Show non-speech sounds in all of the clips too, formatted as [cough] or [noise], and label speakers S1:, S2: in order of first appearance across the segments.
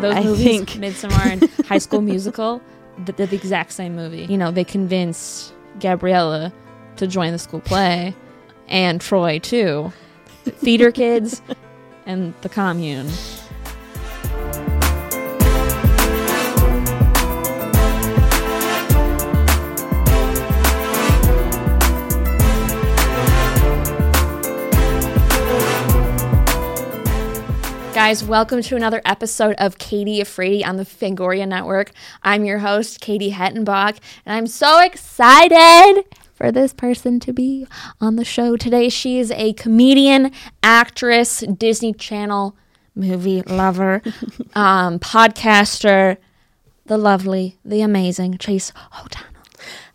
S1: Those
S2: I
S1: movies, [laughs]
S2: think-
S1: Midsommar and High School Musical, th- they're the exact same movie. You know, they convinced Gabriella to join the school play, and Troy [laughs] too. Theater kids and the commune. Guys, welcome to another episode of Katie Afraidy on the Fangoria Network. I'm your host, Katie Hettenbach, and I'm so excited for this person to be on the show today. She is a comedian, actress, Disney Channel movie [laughs] lover, um, podcaster, the lovely, the amazing Chase O'Donnell.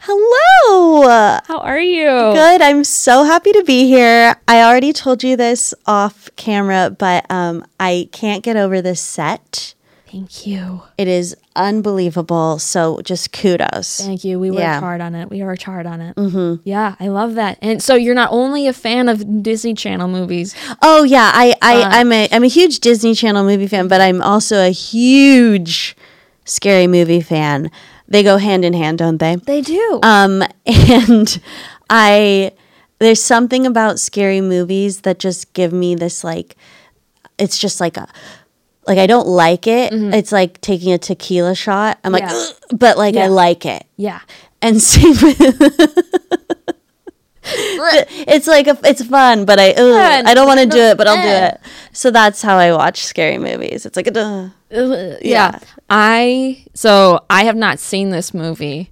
S2: Hello.
S1: How are you?
S2: Good. I'm so happy to be here. I already told you this off camera, but um, I can't get over this set.
S1: Thank you.
S2: It is unbelievable. So just kudos.
S1: Thank you. We worked
S2: Yeah.
S1: hard on it. We worked hard on it. Mm-hmm. Yeah, I love that. And so you're not only a fan of Disney Channel movies,
S2: Oh yeah, I, I I'm a I'm a huge Disney Channel movie fan, but I'm also a huge scary movie fan. They go hand in hand, don't [gasps] they?
S1: they do.
S2: Um, [laughs] and I, there's something about scary movies that just give me this like, it's just like a, like I don't like it. It's like taking a tequila shot. I'm like,
S1: Mm-hmm. Yeah.
S2: "Ugh," but like
S1: Yeah.
S2: I like it.
S1: yeah.
S2: And [laughs] same with, [laughs] it's like a, it's fun, but I ugh,
S1: Fun.
S2: I don't want to do it, but I'll do
S1: Fun.
S2: it. So that's how I watch scary movies. It's like a duh.
S1: Uh, yeah.
S2: Yeah.
S1: I so I have not seen this movie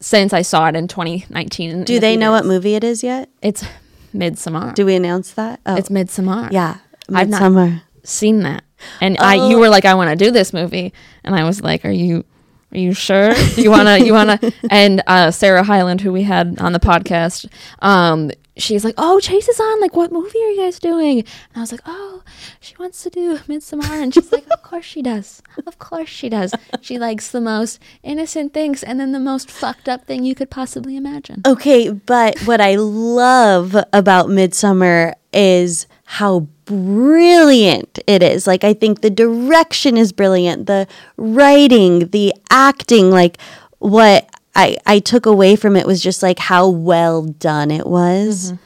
S1: since I saw it in 2019. in
S2: Do
S1: the
S2: they know what
S1: theaters.
S2: movie it is yet?
S1: It's Midsommar.
S2: Do we announce that? Oh,
S1: it's Midsommar.
S2: yeah,
S1: I've not-
S2: Midsummer.
S1: Seen that. And I you were like I want to do this movie and I was like are you are you sure? You want to you [laughs] want to and uh Sarah Hyland who we had on the podcast um she's like oh Chase is on like what movie are you guys doing? And I was like oh she wants to do Midsommar and she's like of course she does. Of course she does. She likes the most innocent things and then the most fucked up thing you could possibly imagine.
S2: Okay, but what I love about Midsummer is how brilliant it is. Like I think the direction is brilliant, the writing, the acting, like what I I took away from it was just like how well done it was.
S1: Mm-hmm.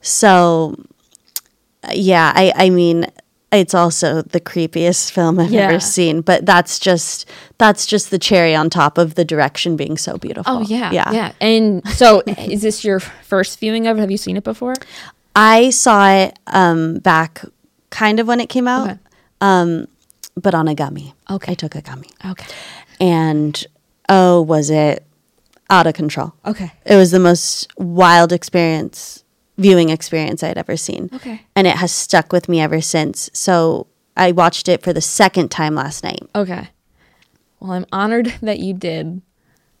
S2: So yeah, I I mean it's also the creepiest film I've
S1: Yeah.
S2: ever seen, but that's just that's just the cherry on top of the direction being so beautiful.
S1: Oh yeah, yeah, And so, [laughs] is this your first viewing of it? Have you seen it before?
S2: I saw it um, back kind of when it came out, um,
S1: Okay.
S2: but on a gummy.
S1: Okay.
S2: I took a gummy.
S1: Okay.
S2: And oh, was it out of control?
S1: Okay.
S2: It was the most wild experience, viewing experience I'd ever seen.
S1: Okay.
S2: And it has stuck with me ever since. So I watched it for the second time last night.
S1: Okay. Well, I'm honored [laughs] that you did.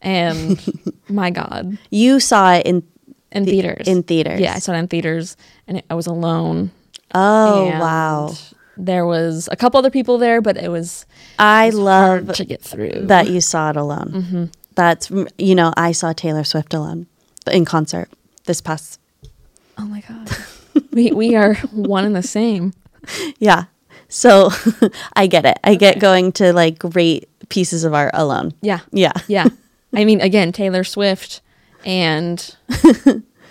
S2: [laughs]
S1: And my God,
S2: You saw it in
S1: in
S2: The-
S1: theaters.
S2: in theaters.
S1: Yeah, I saw it in theaters and I was alone.
S2: Oh
S1: and
S2: wow.
S1: There was a couple other people there, but it was
S2: I love
S1: hard to get through.
S2: that you saw it alone. That's you know, I saw Taylor Swift alone in concert this past
S1: oh my God. we, we
S2: [laughs]
S1: are one and the same.
S2: Yeah. So [laughs] I get it. I get going to like great pieces of art alone.
S1: Yeah.
S2: Yeah.
S1: Yeah. I mean, again, Taylor Swift
S2: [laughs]
S1: and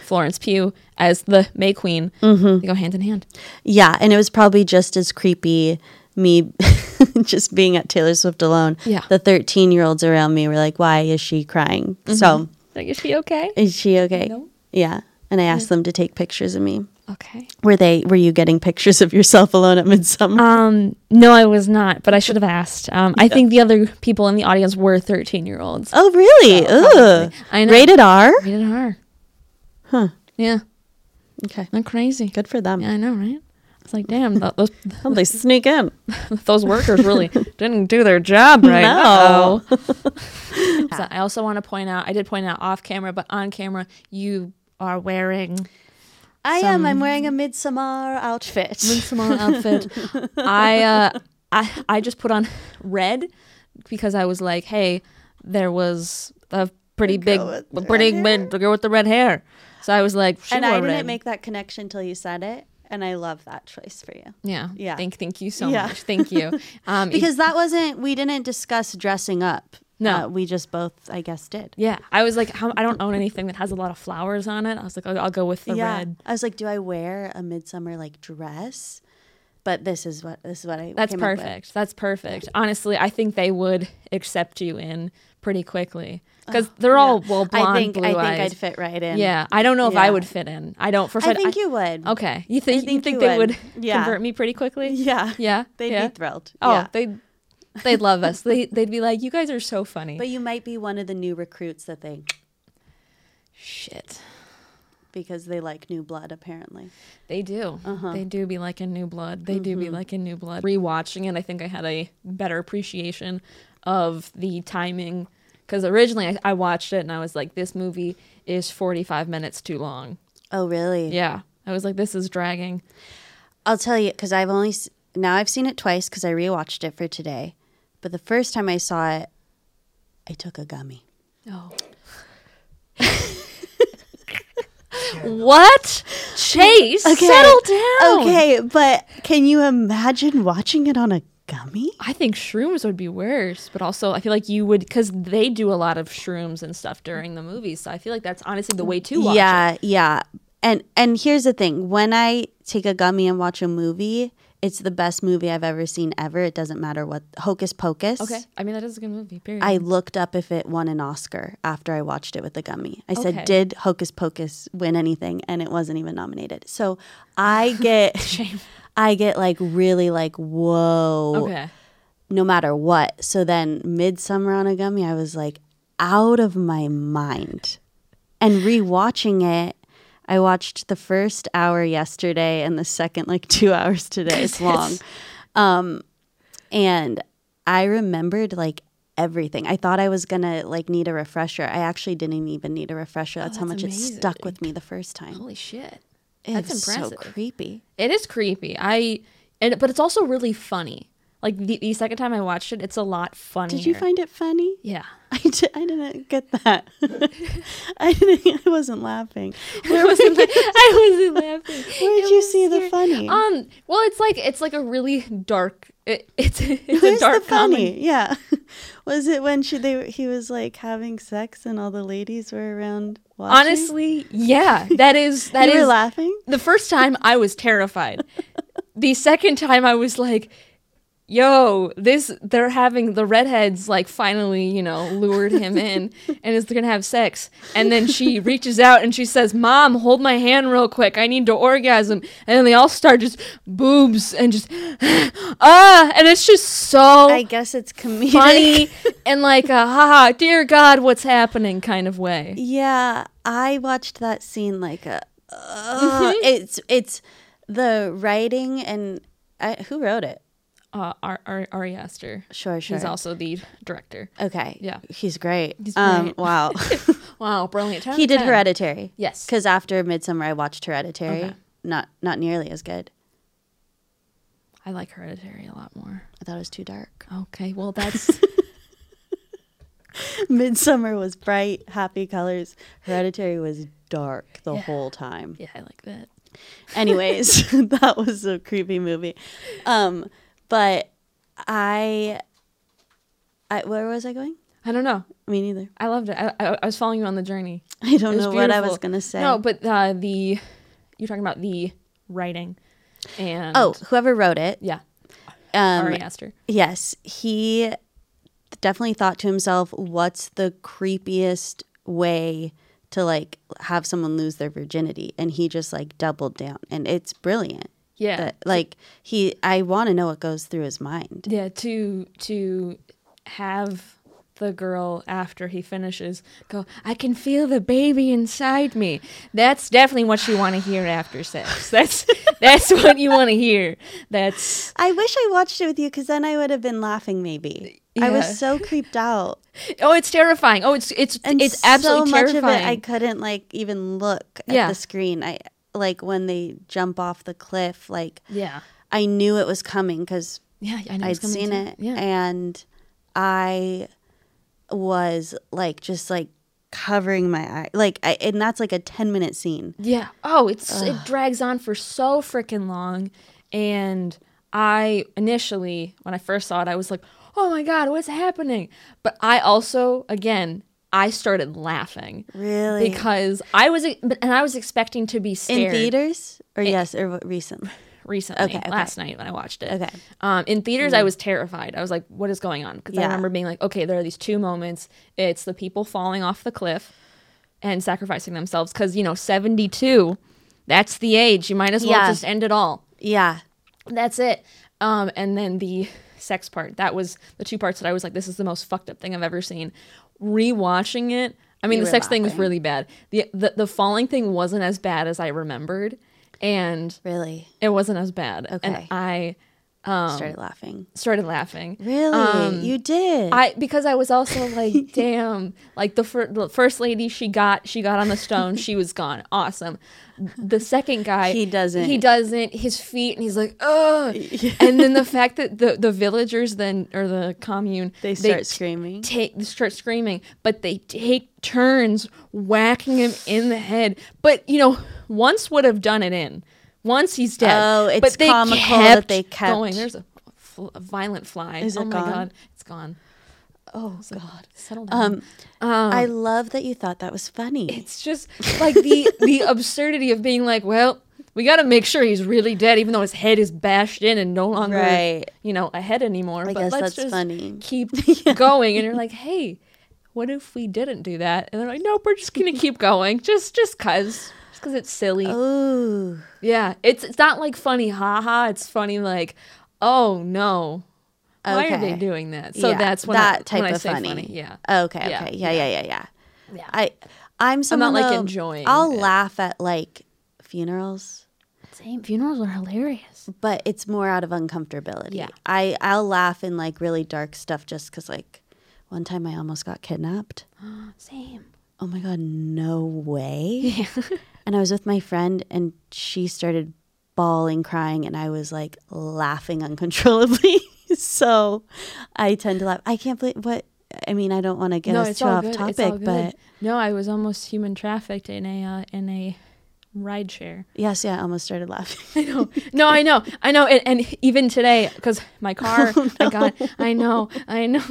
S1: Florence Pugh as the May Queen,
S2: Mm-hmm.
S1: they go hand in hand.
S2: Yeah. And it was probably just as creepy me [laughs] just being at Taylor Swift alone.
S1: Yeah.
S2: The 13 year olds around me were like, why is she crying? So
S1: Like, is she okay?
S2: is she okay?
S1: No.
S2: Yeah. And I asked them to take pictures of me.
S1: Okay.
S2: Were they, were you getting pictures of yourself alone at Midsummer?
S1: Um, no, I was not, but I should have asked. Um, I think the other people in the audience were 13 year olds.
S2: oh, really? Ooh.
S1: I know.
S2: Rated R?
S1: Rated R.
S2: Huh.
S1: Yeah,
S2: Okay.
S1: not crazy.
S2: Good for them.
S1: Yeah, I know, right? It's like, damn, th- those [laughs]
S2: How'd they sneak in?
S1: those workers
S2: [laughs]
S1: really didn't do their job right.
S2: No. [laughs]
S1: Uh-oh. so I also want to point out, I did point out off camera, but on camera, you are wearing
S2: I am. I'm wearing a midsummer outfit.
S1: Midsummer outfit. I uh, I I just put on red because I was like, hey, there was a pretty big, pretty big girl with the red hair. So I was like, she
S2: [laughs] and I
S1: wore
S2: didn't
S1: red.
S2: make that connection till you said it. And I love that choice for you.
S1: Yeah.
S2: Yeah.
S1: Thank thank you so
S2: Yeah.
S1: much. Thank
S2: [laughs]
S1: you. Um
S2: Because that wasn't, we didn't discuss dressing up.
S1: No.
S2: Uh, we just both, I guess, did.
S1: yeah, I was like, how, I don't own anything that has a lot of flowers on it. I was like, I'll, I'll go with the red.
S2: I was like, do I wear a midsummer like dress? But this is what this is what I
S1: That's
S2: came up with.
S1: perfect. That's perfect. Honestly, I think they would accept you in pretty quickly because they're all
S2: Yeah.
S1: well blonde,
S2: I think I
S1: blue
S2: think
S1: eyes.
S2: I'd fit right in.
S1: yeah, I don't know if I
S2: Yeah.
S1: would fit in. I Oh. don't. First,
S2: I
S1: I'd-
S2: think you would.
S1: Okay, you think, you
S2: think
S1: think
S2: you
S1: they would,
S2: would. [laughs] Yeah.
S1: convert me pretty quickly?
S2: [laughs] Yeah.
S1: yeah,
S2: They'd
S1: yeah.
S2: be thrilled.
S1: Oh,
S2: yeah.
S1: they'd they'd love
S2: [laughs]
S1: us. They they'd be like, you guys are so funny.
S2: but you might be one of the new recruits that they
S1: Shit,
S2: because they like new blood apparently.
S1: they do.
S2: Uh-huh.
S1: They do be like in New Blood. They do
S2: Mm-hmm.
S1: be like in New Blood. Rewatching it, I think I had a better appreciation of the timing because originally I, I watched it and I was like, this movie is forty five minutes too long.
S2: Oh, really?
S1: Yeah, I was like, this is
S2: [laughs]
S1: dragging.
S2: I'll tell you because I've only s- now I've seen it twice because I rewatched it for today. But the first time I saw it, I took a gummy.
S1: Oh. what? Chase, settle down.
S2: Okay, but can you imagine watching it on a gummy?
S1: I think shrooms would be worse, but also I feel like you would because they do a lot of shrooms and stuff during the movies. So I feel like that's honestly the way to watch it.
S2: yeah, yeah. And and here's the thing: when I take a gummy and watch a movie, it's the best movie I've ever seen ever. It doesn't matter what Hocus Pocus.
S1: Okay, I mean that is a good movie. Period.
S2: I looked up if it won an Oscar after I watched it with the gummy. I
S1: Okay.
S2: said, "Did Hocus Pocus win anything?" And it wasn't even nominated. So I get, I get like really like whoa,
S1: okay.
S2: no matter what. So then Midsummer on a Gummy, I was like out of my mind. And rewatching it, I watched the first hour yesterday and the second like two hours
S1: [laughs]
S2: today. It's long. Um, and I remembered like everything. I thought I was gonna like need a refresher. I actually didn't even need a refresher. That's, how
S1: Oh, that's
S2: much it stuck with me the first time.
S1: Holy shit,
S2: It's
S1: that's impressive.
S2: so creepy.
S1: it is creepy. I and but it's also really funny. Like the, the second time I watched it, it's a lot funnier.
S2: Did you find it funny?
S1: Yeah. [laughs]
S2: [laughs] I, di- I didn't get that. [laughs] I didn't. I wasn't laughing. Where,
S1: I [laughs] wasn't, la- I wasn't laughing.
S2: [laughs] where did you see the funny?
S1: Um. Well, it's like it's like a really dark. It, it's [laughs] it's
S2: Where's
S1: a dark
S2: the funny?
S1: comedy.
S2: [laughs] Yeah. Was it when she they he was like having sex and all the ladies were around watching?
S1: Honestly, yeah, that is that
S2: you
S1: is
S2: were laughing.
S1: the first time I was terrified. the second time I was like, "Yo, this they're having the redheads like finally, you know, lured him in and is going to have sex." And then she reaches out and she says, "Mom, hold my hand real quick. I need to orgasm." And then they all start just boobs and just [gasps] ah, and it's just so
S2: I guess it's comedic.
S1: funny and like a haha, dear god, what's happening kind of way.
S2: [laughs] Yeah, I watched that scene like a. Uh,
S1: Mm-hmm.
S2: [laughs] It's it's the writing and I, who wrote it?
S1: uh, Ar- Ar- Ari Aster.
S2: Sure, sure.
S1: She's also the director.
S2: okay.
S1: Yeah.
S2: he's great. Um,
S1: great. [laughs]
S2: wow. [laughs]
S1: Wow, brilliant. Ten out
S2: he
S1: of
S2: did
S1: 10.
S2: Hereditary.
S1: Yes.
S2: Because after Midsummer, I watched Hereditary.
S1: Okay.
S2: Not not nearly as good.
S1: I like Hereditary a lot more.
S2: I thought it was too dark.
S1: [laughs] Okay, well [laughs] that's
S2: Midsummer was bright, happy colors. Hereditary was dark the
S1: Yeah.
S2: whole time.
S1: yeah, [laughs] I like that.
S2: Anyways, [laughs] that was a creepy movie. Um, but I, I where was I going?
S1: I don't know.
S2: Me neither. [laughs]
S1: I loved it. I, I, I was following you on the journey.
S2: I don't
S1: It was
S2: know what I
S1: beautiful.
S2: was gonna say.
S1: No, but uh, the you're talking about the writing and
S2: oh, whoever wrote it.
S1: yeah,
S2: Um,
S1: Ari Aster.
S2: Yes, he definitely thought to himself, what's the creepiest way to like have someone lose their virginity? And he just like doubled down and it's brilliant.
S1: Yeah.
S2: That, like he I want to know what goes through his mind.
S1: Yeah, to to have the girl after he finishes go, I can feel the baby inside me. That's definitely what you want to hear after sex. That's [laughs] that's what you want to hear. That's
S2: I wish I watched it with you cuz then I would have been laughing maybe. I
S1: Yeah.
S2: was so creeped [laughs] out.
S1: oh, it's terrifying. Oh, it's it's
S2: And
S1: it's absolutely
S2: so much
S1: terrifying.
S2: of it I couldn't like even look at
S1: Yeah.
S2: the screen. I like when they jump off the cliff like
S1: yeah,
S2: I knew it was coming cuz
S1: yeah, I know it's
S2: I'd
S1: coming
S2: seen
S1: soon.
S2: it,
S1: Yeah,
S2: and I was like, just like covering my eye. Like, I, and that's like a 10 minute scene.
S1: Yeah. Oh, it's it drags on for so freaking long, and I initially when I first saw it, I was like, "Oh my god, what's happening?" But I also, again, I started laughing
S2: Really?
S1: because I was but- and I was expecting to be
S2: in
S1: scared
S2: theaters? Or yes, or what- recently.
S1: recently
S2: Okay, okay.
S1: last night when I watched it.
S2: Okay. Mm-hmm.
S1: Um, in theaters, I was terrified. I was like, "What is going on?" Because I
S2: Yeah.
S1: remember being like, "Okay, there are these two moments. It's the people falling off the cliff and sacrificing themselves because you know, seventy-two. That's the age. You might as well
S2: Yeah.
S1: just end it all.
S2: Yeah.
S1: That's it." Um, and then the sex part. That was the two parts that I was like, "This is the most fucked up thing I've ever seen." Rewatching it, I mean,
S2: You
S1: the
S2: were
S1: sex thing was
S2: laughing.
S1: really bad. The, the the falling thing wasn't as bad as I remembered, and
S2: Really?
S1: it wasn't as bad. And
S2: Okay.
S1: I
S2: started laughing.
S1: started laughing. Um,
S2: Really? you did?
S1: I because I was also
S2: [laughs]
S1: like, damn, like the, fir- the first lady she got, she got on the stone, she was gone. Awesome. The second guy,
S2: He doesn't.
S1: he doesn't, his feet, and he's like,
S2: [laughs]
S1: ugh. and then the fact that the the villagers then or the commune
S2: they start
S1: screaming
S2: screaming.
S1: take start screaming, but they take turns whacking him in the head. But you know, once would have done it in. Once he's dead.
S2: Oh, it's
S1: but they
S2: comical that they kept-
S1: going. There's a, fl- a violent fly.
S2: Is
S1: oh
S2: it
S1: my
S2: gone?
S1: god, it's gone. Oh god, settle down.
S2: um, I love that you thought that was funny.
S1: it's just like the
S2: [laughs]
S1: the absurdity of being like, well, we got to make sure he's really dead, even though his head is bashed in and no longer,
S2: Right.
S1: you know, a head anymore. but
S2: guess
S1: let's
S2: that's
S1: just
S2: funny. [laughs]
S1: keep going. And you're like, hey, what if we didn't do that? And they're like, nope, we're just gonna keep going, just just cause, just cause it's silly.
S2: Oh. Ooh.
S1: Yeah, it's it's not like funny, haha. It's funny like, oh no, why are they
S2: Okay.
S1: doing that? So
S2: Yeah,
S1: that's when
S2: that
S1: I,
S2: type
S1: when I
S2: of
S1: say
S2: funny. Oh.
S1: Yeah,
S2: Okay.
S1: Yeah,
S2: Okay. Yeah. Yeah. Yeah. Yeah.
S1: Yeah.
S2: I I'm someone
S1: like,
S2: though,
S1: enjoying
S2: I'll
S1: it.
S2: laugh at like funerals,
S1: same funerals are
S2: [gasps]
S1: hilarious.
S2: but it's more out of uncomfortability.
S1: Yeah.
S2: I I'll laugh in like really dark stuff just because like one time I almost got kidnapped.
S1: Same.
S2: Oh my god, no
S1: [laughs]
S2: way. and I was with my friend and she started bawling, crying, and I was like laughing uncontrollably. [laughs] so I tend to laugh. I can't believe what I mean, I don't want to get
S1: no,
S2: us
S1: it's
S2: too
S1: all
S2: off
S1: good. it's all
S2: topic,
S1: good.
S2: but
S1: no, I was almost human trafficked in a uh, in a ride share.
S2: yes, yeah, I almost started
S1: [laughs]
S2: laughing.
S1: I know. No, I know. I know. And, and even today, because my
S2: [laughs]
S1: car,
S2: Oh,
S1: I got. I know. I know.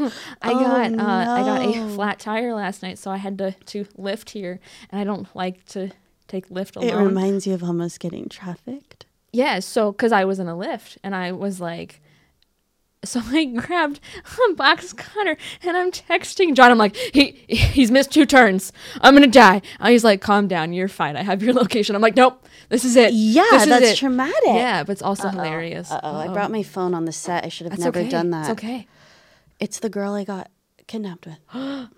S1: I got. Uh, I got a flat tire last night, so I had to to lift here, and I don't like to take lift alone.
S2: It reminds you of almost getting trafficked.
S1: Yeah, so because I was in a lift and I was like, so [laughs] I grabbed a box cutter and I'm texting John. I'm like, he he's missed two turns. I'm gonna die. And he's like, calm down, you're fine. I have your [laughs] location. I'm like, nope, this is it.
S2: Yeah,
S1: This is
S2: that's
S1: it."
S2: traumatic.
S1: Yeah, but it's also hilarious.
S2: Uh oh, I brought my phone on the set. I should have
S1: That's
S2: never
S1: okay.
S2: done that.
S1: It's okay.
S2: It's the girl I got kidnapped with.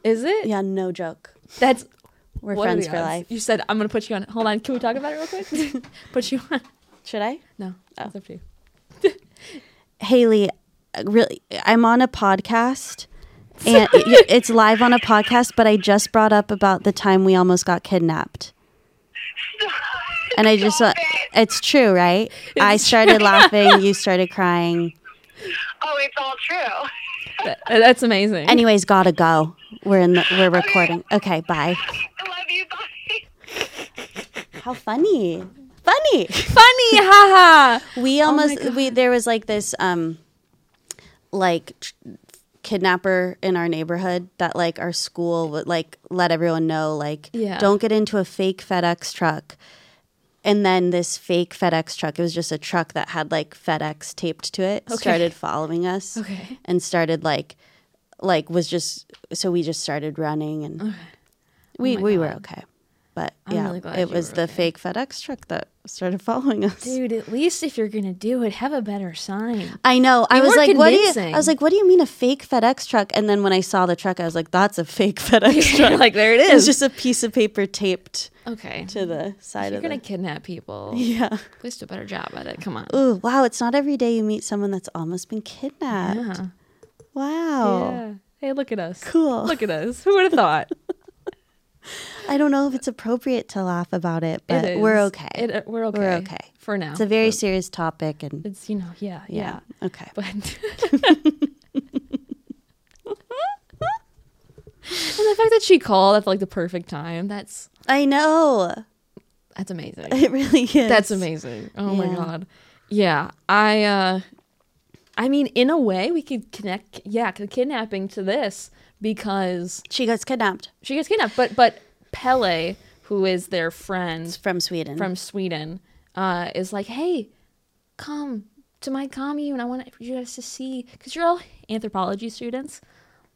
S1: Is it?
S2: yeah, no joke.
S1: That's
S2: We're
S1: what are
S2: friends
S1: the
S2: for
S1: odds?
S2: life.
S1: You said I'm gonna put you on. Hold on, can we talk about it real
S2: [laughs]
S1: quick? [laughs] put you on.
S2: Should I?
S1: No,
S2: Oh.
S1: that's up to you.
S2: Haley, uh, really, I'm on a [laughs] podcast, and it- it- it's live on a podcast. But I just brought up about the time we almost got kidnapped, and I just
S3: Stop
S2: want-
S3: it.
S2: it's true, right? I [laughs] started laughing, you started crying.
S3: [laughs] Oh, it's all true. [laughs]
S1: That- that's amazing.
S2: Anyways, gotta go. We're in the we're recording. Okay, bye.
S3: I love you. Bye.
S2: How funny, funny. [laughs]
S1: funny, haha.
S2: We almost we there was like this um like tr- kidnapper in our neighborhood that like our school would like let everyone know like
S1: Yeah.
S2: don't get into a fake FedEx truck. And then this fake FedEx truck, it was just a truck that had like FedEx taped to it, started following us
S1: Okay.
S2: and started like like was just so we just started running and we we were okay. But
S1: Oh I'm
S2: yeah,
S1: really glad
S2: it
S1: you
S2: was
S1: were
S2: the
S1: okay.
S2: fake FedEx truck that started following us.
S1: Dude, at least if you're gonna do it, have a better
S2: [laughs]
S1: sign.
S2: I know. I
S1: They
S2: was
S1: were
S2: like, what do you?
S1: convincing.
S2: I was like, what do you mean a fake FedEx truck? And then when I saw the truck, I was like, that's a fake [laughs]
S1: [laughs]
S2: FedEx truck.
S1: like there it
S2: It was
S1: is.
S2: just a piece of paper taped
S1: okay.
S2: to the side
S1: You're
S2: of it.
S1: gonna kidnap people.
S2: [laughs] yeah.
S1: Please do a better job at it. Come on.
S2: Ooh, wow! It's not every day you meet someone that's almost been kidnapped.
S1: Yeah.
S2: Wow.
S1: Yeah. Hey, look at us.
S2: Cool.
S1: Look at us. Who would have thought?
S2: I don't know if it's appropriate to laugh about it, [laughs] but
S1: It
S2: we're
S1: is.
S2: okay.
S1: It, uh, we're okay.
S2: We're okay.
S1: For now.
S2: it's a very serious topic, and
S1: It's, you know, yeah, yeah.
S2: yeah. Okay. [laughs]
S1: But. [laughs] and the fact that she called at like the perfect time. That's
S2: I know. [laughs]
S1: that's amazing.
S2: It really is.
S1: That's amazing. Oh my
S2: Yeah.
S1: god. Yeah, I uh I mean in a way we could connect yeah, the kidnapping to this because
S2: She gets kidnapped
S1: she gets kidnapped, but but Pele, who is their friend
S2: from Sweden.
S1: from Sweden, uh is like, "Hey, come to my commune. I want you guys to see cuz you're all anthropology students.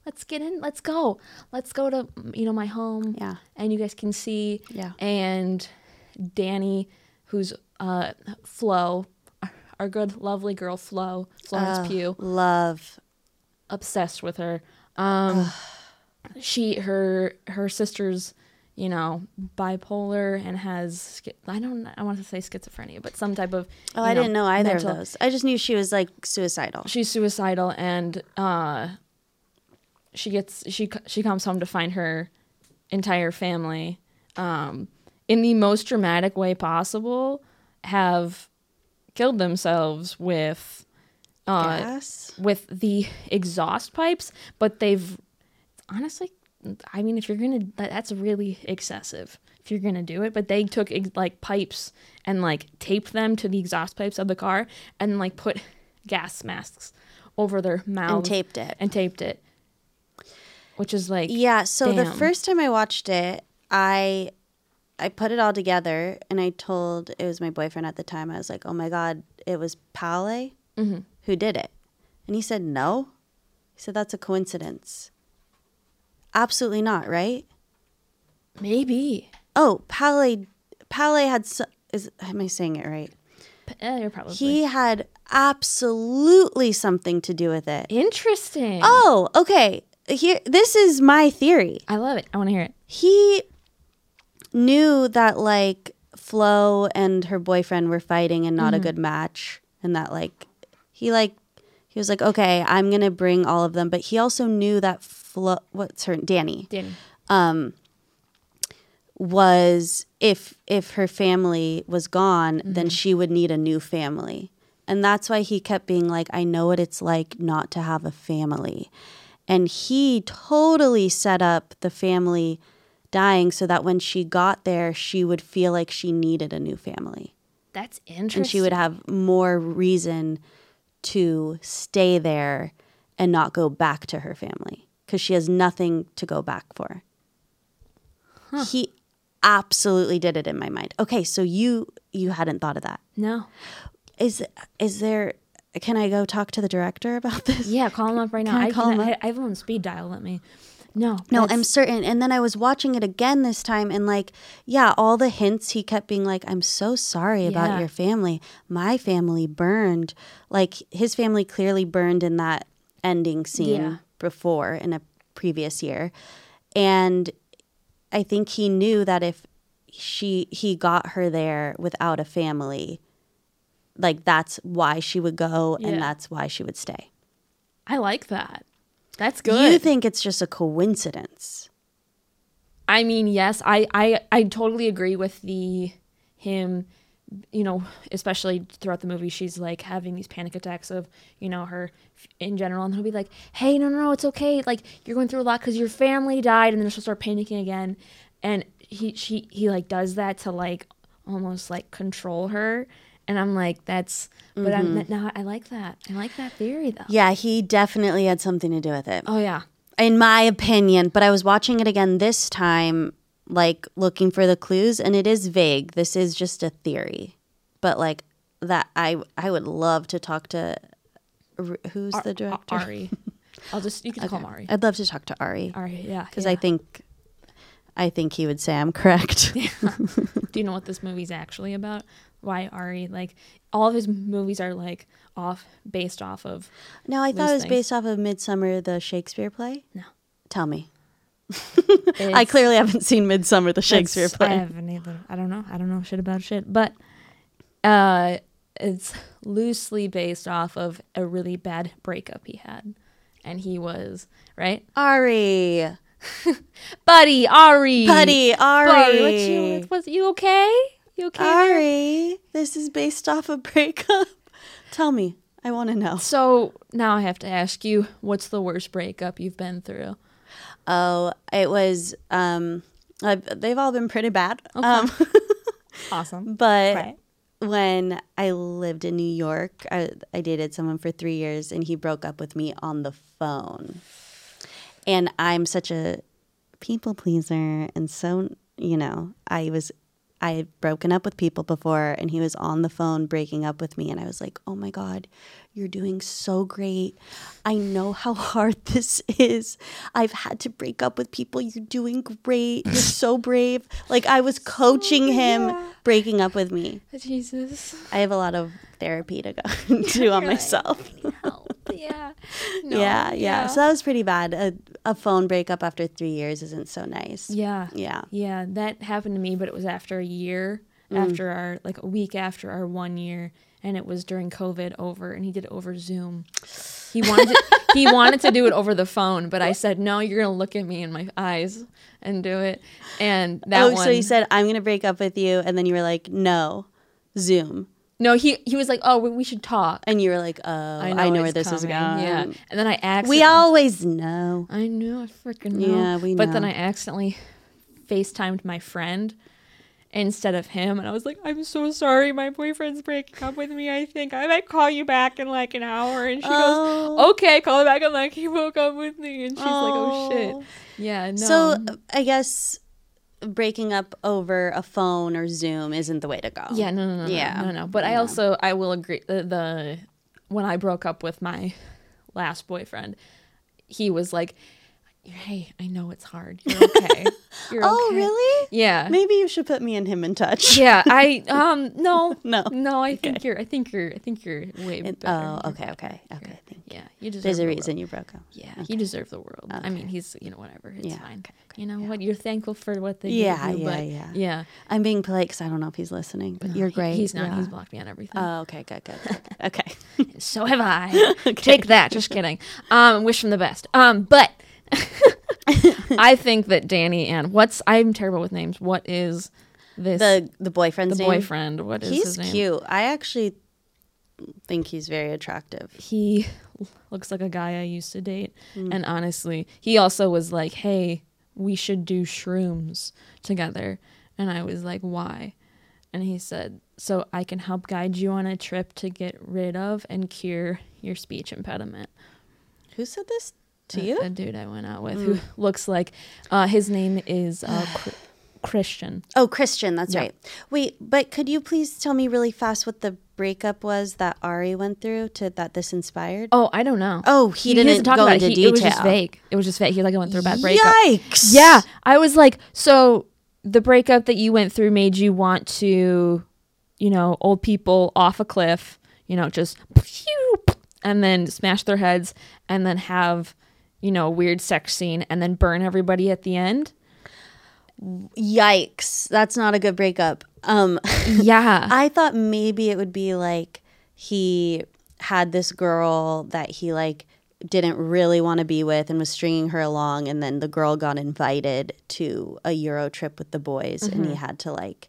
S1: Let's get in. Let's go. Let's go to you know my home
S2: Yeah.
S1: and you guys can see.
S2: Yeah.
S1: And Danny, who's uh Flo, our- our good lovely girl Flo, Florence
S2: Uh,
S1: Pugh,
S2: love.
S1: obsessed with her.
S2: [sighs]
S1: Um, she her her sister's you know bipolar and has schi- I don't I want to say schizophrenia, but some type of
S2: Oh,
S1: you
S2: I didn't know either
S1: mental-
S2: of those. I just knew she was like suicidal.
S1: she's suicidal and uh she gets she c- she comes home to find her entire family um in the most dramatic way possible have killed themselves with uh
S2: Gas?
S1: with the exhaust pipes but they've honestly i mean if you're gonna that, that's really excessive if you're gonna do it but they took ex- like pipes and like taped them to the exhaust pipes of the car and like put gas masks over their mouths
S2: taped it.
S1: and taped it which is like
S2: Yeah, so the
S1: Damn.
S2: first time I watched it, I I put it all together and I told it was my boyfriend at the time. I was like, "Oh my god, it was Pale who did it." And he said, "No." He said that's a coincidence. Absolutely not, right?
S1: maybe
S2: Oh, Pale Pale had so, is am I saying it right?
S1: P- eh, you're probably
S2: He had absolutely something to do with it.
S1: interesting
S2: Oh, okay. Here this is my theory.
S1: i love it i want to hear it
S2: he knew that like Flo and her boyfriend were fighting and not a good match and that like he like he was like okay I'm going to bring all of them but he also knew that Flo what's her Danny
S1: danny
S2: was if if her family was gone then she would need a new family and that's why he kept being like i know what it's like not to have a family and he totally set up the family dying so that when she got there she would feel like she needed a new family
S1: that's interesting
S2: and she would have more reason to stay there and not go back to her family because she has nothing to go back for. He absolutely did it in my mind. Okay, so you you hadn't thought of that.
S1: no
S2: Is is there? Can I go talk to the director about [laughs] this?
S1: yeah call him up right now
S2: Can I
S1: i
S2: call him
S1: can I,
S2: up?
S1: I have him on speed dial let me no
S2: No,
S1: that's-
S2: I'm certain. And then I was watching it again this time, and like, yeah, all the hints he kept being like, I'm so sorry
S1: Yeah.
S2: about your family. My family burned. Like, his family clearly burned in that ending scene
S1: Yeah.
S2: before in a previous year. And I think he knew that if she he got her there without a family, like that's why she would go
S1: Yeah.
S2: and that's why she would stay.
S1: I like that. That's
S2: You
S1: good.
S2: think it's just a coincidence?
S1: I mean, yes, I, I I totally agree with the him, you know, especially throughout the movie she's like having these panic attacks of, you know, her f- in general and he'll be like, "Hey, no, no, no, it's okay. Like you're going through a lot cuz your family died." And then she'll start panicking again. And he she he like does that to like almost like control her. And I'm like, that's but I'm now I like that. I like that theory though.
S2: Mm-hmm. Yeah, he definitely had something to do with it,
S1: Oh yeah.
S2: in my opinion. But I was watching it again this time, like looking for the clues, and it is vague. This is just a theory, but like that, I I would love to talk to r- who's the director.
S1: Ari. I'll just you can
S2: [laughs]
S1: call him Ari.
S2: I'd love to talk to Ari
S1: Ari, yeah.
S2: because
S1: yeah.
S2: Uh, I think I think he would say I'm
S1: [laughs]
S2: correct.
S1: do you know what this movie's actually about? Why Ari like all of his movies are like off based off of
S2: no, I thought it
S1: Those
S2: was
S1: things.
S2: based off of Midsummer, the Shakespeare play.
S1: no.
S2: Tell me, [laughs] I
S1: It's-
S2: clearly haven't seen Midsummer, the Shakespeare
S1: that's- I
S2: play.
S1: haven't either. I don't know. I don't know shit about shit. But uh it's loosely based off of a really bad breakup he had. And he was right?
S2: Ari,
S1: Buddy, Ari.
S2: Buddy,
S1: Buddy, what you was you okay? You okay?
S2: Ari, this is based off a [laughs] breakup. Tell me. I want to know.
S1: So now I have to ask you, what's the worst breakup you've been through?
S2: Oh, it was. Um, I, they've all been pretty bad. Um,
S4: Awesome.
S2: but
S4: Right.
S2: when I lived in New York, I, I dated someone for three years, and he broke up with me on the phone. And I'm such a people pleaser, and so you know, I was. I had broken up with people before, and he was on the phone breaking up with me. And I was like, oh my God, you're doing so great. I know how hard [laughs] this is. I've had to break up with people. You're doing great. You're so brave. Like, I was coaching him breaking up with me.
S1: Jesus.
S2: I have a lot of therapy to go [laughs] do on myself.
S1: Help. [laughs] Yeah.
S2: yeah, yeah, So that was pretty bad. A, a phone breakup after three years isn't so nice.
S1: Yeah.
S2: Yeah.
S1: Yeah. That happened to me, but it was after a year,
S2: Mm.
S1: after our, like a week after our one year. And it was during COVID over, and he did it over Zoom. He wanted
S2: [laughs]
S1: to, he wanted to do it over the phone, but I said, no, you're going to look at me in my eyes and do it. And that
S2: Oh,
S1: one.
S2: so you said, I'm going to break up with you. And then you were like, no, Zoom.
S1: no, he, he was like, oh, we, we should talk.
S2: And you were like, oh, I know, where
S1: it's
S2: this is
S1: coming.
S2: going.
S1: Yeah. And then I accidentally.
S2: We always know.
S1: I know, I freaking know.
S2: Yeah, we
S1: But then
S2: know.
S1: I accidentally FaceTimed my friend instead of him, and I was like, "I'm so sorry, my boyfriend's breaking up with me. I think I might call you back in like an hour." And she
S2: Oh.
S1: goes, "Okay, call me back." I'm like, "He broke up with me," and she's like, "Oh
S2: Oh.
S1: shit, yeah." No.
S2: So I guess breaking up over a phone or Zoom isn't the way to go.
S1: Yeah, no, no, no,
S2: Yeah.
S1: no, no, no. But I also I will agree the, the when I broke up with my last boyfriend, he was like, "Hey, I know it's hard. You're
S2: [laughs]
S1: okay. You're
S2: Oh,
S1: okay."
S2: really?
S1: Yeah.
S2: Maybe you should put me and him in touch.
S1: [laughs] Yeah, I um no
S2: [laughs] No.
S1: no I think you're I think you're I think you're way
S2: [laughs]
S1: better.
S2: Oh, okay, okay, okay. Thank you.
S1: Yeah, you deserve.
S2: There's
S1: the
S2: a
S1: world.
S2: reason you broke up.
S1: Yeah, you deserve the world. I mean, he's you know whatever. It's
S2: Yeah,
S1: fine.
S2: okay,
S1: you know what? You're thankful for what they
S2: Yeah,
S1: gave you,
S2: yeah,
S1: but
S2: yeah.
S1: yeah.
S2: I'm being polite because I don't know if he's listening, but you're
S1: He-
S2: great.
S1: He's not.
S2: Yeah.
S1: He's blocked me on everything.
S2: Oh, okay, good, good. good,
S1: [laughs]
S2: good. okay.
S1: so have
S2: [laughs]
S1: I. Take that. Just kidding. Um, wish him the best. Um, but [laughs] I think that Danny and what's I'm terrible with names. What is this?
S2: The the boyfriend's name.
S1: boyfriend. What is
S2: He's
S1: his name?
S2: cute. I actually think he's very attractive.
S1: he looks like a guy I used to date.
S2: Hmm.
S1: And honestly, he also was like, hey, we should do shrooms together. And I was like, why? And he said, so I can help guide you on a trip to get rid of and cure your speech impediment.
S2: Who said this to
S1: That-
S2: you? Hmm.
S1: that dude I went out with who looks like uh, his name is
S2: [sighs]
S1: uh, Chr- Christian.
S2: Oh, Christian, that's right. Wait, but could you please tell me really fast what the breakup was that Ari went through to that this inspired?
S1: Oh, I don't know.
S2: Oh, he
S1: doesn't
S2: didn't go
S1: about
S2: into
S1: He- It was just
S2: detail.
S1: vague. It was just vague. He like I went through a bad breakup.
S2: Yikes!
S1: Yeah, I was like, so the breakup that you went through made you want to, you know, old people off a cliff, you know, just pew, and then smash their heads and then have, you know, a weird sex scene and then burn everybody at the end.
S2: Yikes! That's not a good breakup. Um, [laughs]
S1: Yeah.
S2: I thought maybe it would be like he had this girl that he like didn't really want to be with and was stringing her along and then the girl got invited to a euro trip with the boys and he had to like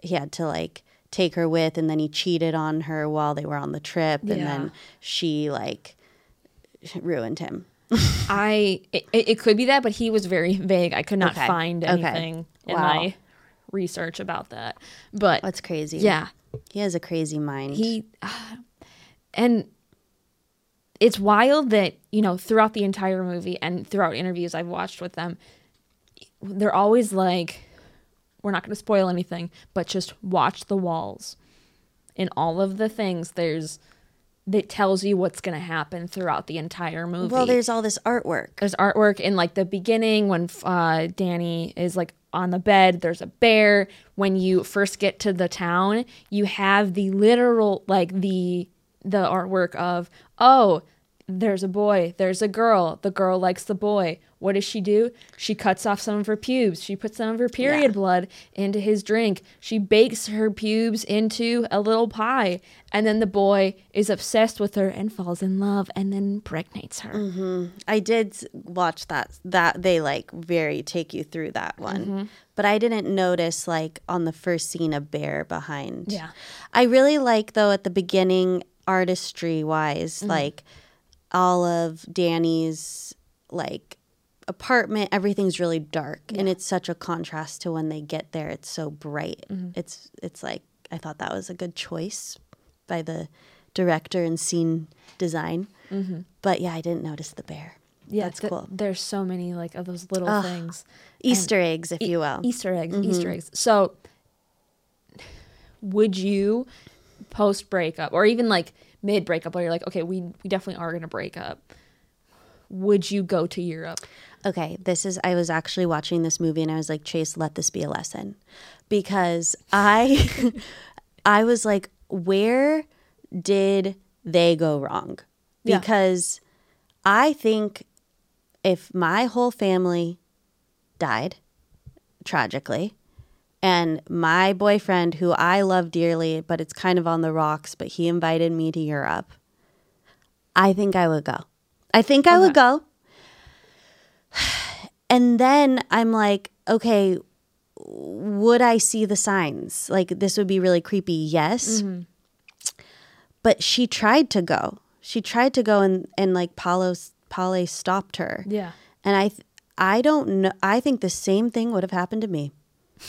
S2: he had to like take her with and then he cheated on her while they were on the trip and
S1: Yeah.
S2: then she like ruined him.
S1: I it, it could be that, but he was very vague. I could not
S2: Okay.
S1: find
S2: Okay.
S1: anything in
S2: Wow.
S1: my research about that. But
S2: That's crazy.
S1: yeah,
S2: He has a crazy mind.
S1: he [sighs] and it's wild that you know throughout the entire movie and throughout interviews i've watched with them they're always like we're not going to spoil anything but just watch the walls in all of the things there's that tells you what's going to happen throughout the entire movie
S2: well, there's all this artwork.
S1: there's artwork in like the beginning when uh, Danny is like on the bed. There's a bear. When you first get to the town, you have the literal like the the artwork of oh, there's a boy, there's a girl. The girl likes the boy. What does she do? She cuts off some of her pubes. She puts some of her period blood into his drink. She bakes her pubes into a little pie, and then the boy is obsessed with her and falls in love and then impregnates her.
S2: I did s- watch that that they like very take you through that one. But I didn't notice like on the first scene a bear behind.
S1: Yeah.
S2: I really like though at the beginning artistry wise like all of Danny's like apartment, everything's really dark, and it's such a contrast to when they get there. It's so bright. It's it's like I thought that was a good choice by the director and scene design. But yeah, I didn't notice the bear.
S1: Yeah,
S2: that's
S1: th-
S2: cool.
S1: There's so many like of those little things.
S2: Easter eggs,
S1: e
S2: if you will. Mm-hmm.
S1: Easter eggs, Easter eggs. So, would you post breakup or even like mid breakup, where you're like, okay, we, we definitely are going to break up? Would you go to Europe?
S2: Okay, this is. I was actually watching this movie and I was like, Chase, let this be a lesson, because I, [laughs] I was like, where did they go wrong?
S1: Yeah.
S2: Because I think if my whole family died tragically, and my boyfriend, who I love dearly, but it's kind of on the rocks, but he invited me to Europe. I think I would go. I think I would go. [sighs] And then I'm like, okay, would I see the signs? Like, this would be really creepy. Yes. But she tried to go. She tried to go, and, and like, Paulo, Polly stopped her.
S1: Yeah.
S2: And I, th- I don't know. I think the same thing would have happened to me.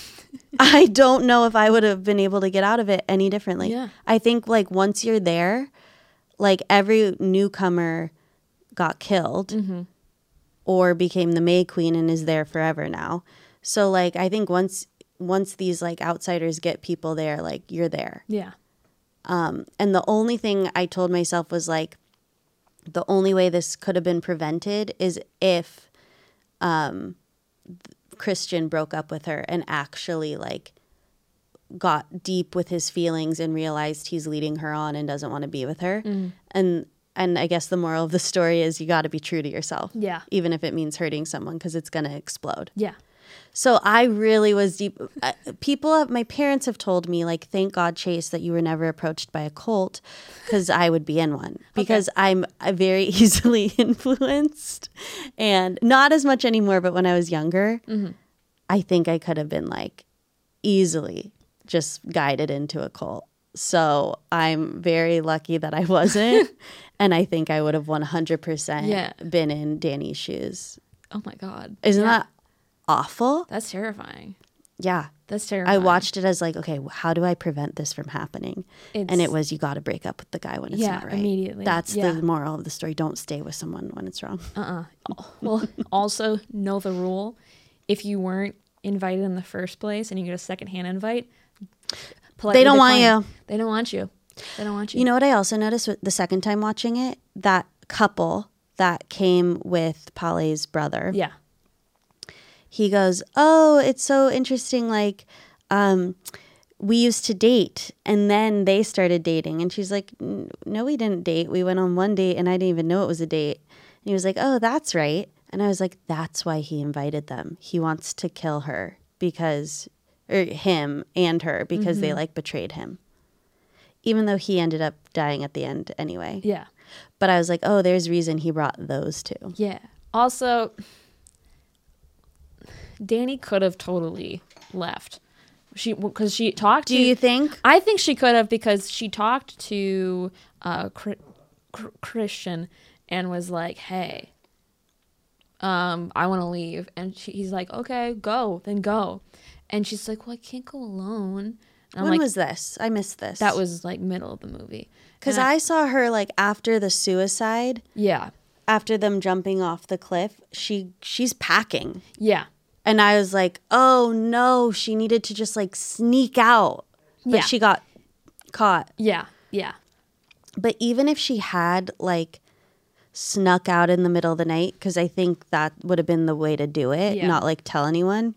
S2: [laughs] I don't know if I would have been able to get out of it any differently.
S1: Yeah.
S2: I think like once you're there, like every newcomer got killed or became the May Queen and is there forever now. So like I think once once these like outsiders get people there, like you're there.
S1: Yeah.
S2: And the only thing I told myself was like, the only way this could have been prevented is if um, Christian broke up with her and actually like got deep with his feelings and realized he's leading her on and doesn't want to be with her. And and I guess the moral of the story is you got to be true to yourself.
S1: Yeah.
S2: Even if it means hurting someone because it's going to explode.
S1: Yeah.
S2: So I really was deep. uh, People, my parents have told me, like, thank God, Chase, that you were never approached by a cult, because I would be in
S1: [laughs]
S2: one. Because I'm uh, very [laughs] easily influenced, and not as much anymore. But when I was younger,
S1: Mm-hmm.
S2: I think I could have been like easily just guided into a cult. So I'm very lucky that I
S1: [laughs]
S2: wasn't, and I think I would have 100%
S1: Yeah.
S2: been in Danny's shoes.
S1: Oh my God.
S2: Isn't
S1: Yeah.
S2: that awful?
S1: That's terrifying.
S2: Yeah.
S1: That's
S2: I
S1: terrifying.
S2: watched it as like, okay, wh- how do I prevent this from happening? and
S1: It's-
S2: it was you got to break up with the guy when it's
S1: Yeah,
S2: not right.
S1: immediately.
S2: That's
S1: Yeah.
S2: the moral of the story. Don't stay with someone when it's wrong.
S1: well, [laughs] also know the rule. If you weren't invited in the first place and you get a secondhand invite, politely
S2: They don't want
S1: decline.
S2: you.
S1: They don't want you. They don't want you.
S2: You know what I also noticed with- the second time watching it? That couple that came with Polly's brother.
S1: Yeah.
S2: he goes, "Oh, it's so interesting. Like, um, we used to date, and then they started dating." And she's like, "N- "No, we didn't date. We went on one date, and I didn't even know it was a date." And he was like, "Oh, that's right." And I was like, "That's why he invited them. He wants to kill her because, or him and her because they like betrayed him." Even though he ended up dying at the end anyway.
S1: Yeah.
S2: But I was like, oh, there's reason he brought those two.
S1: Yeah. Also, Danny could have totally left. She because she talked.
S2: Do
S1: to,
S2: you think?
S1: I think she could have because she talked to uh, Chri- Chr- Christian and was like, "Hey, um, I want to leave," and she, he's like, "Okay, go, then go," and she's like, "Well, I can't go alone." And I'm
S2: When
S1: like,
S2: was this? I missed this.
S1: "That was like middle of the movie."
S2: Because
S1: And
S2: I saw her like after the suicide,
S1: yeah,
S2: after them jumping off the cliff, she she's packing.
S1: yeah,
S2: And I was like, "Oh no, she needed to just like sneak out." But
S1: Yeah.
S2: she got caught.
S1: yeah, yeah,
S2: But even if she had like snuck out in the middle of the night because I think that would have been the way to do it,
S1: Yeah.
S2: not like tell anyone.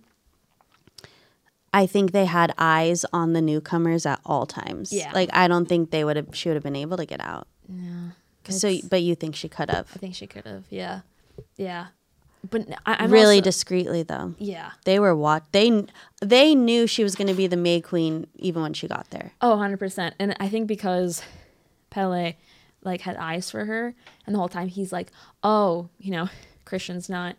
S2: I think they had eyes on the newcomers at all times.
S1: Yeah.
S2: Like I don't think they would have she would have been able to get out.
S1: yeah.
S2: 'Cause So but you think she could have.
S1: I think she could have. Yeah, yeah, but n- I, am
S2: really
S1: also,
S2: discreetly though.
S1: yeah.
S2: They were watch. They they knew she was going to be the May Queen even when she got there.
S1: Oh, 100%. And I think because Pele like had eyes for her and the whole time he's like, "Oh, you know, [laughs] Christian's not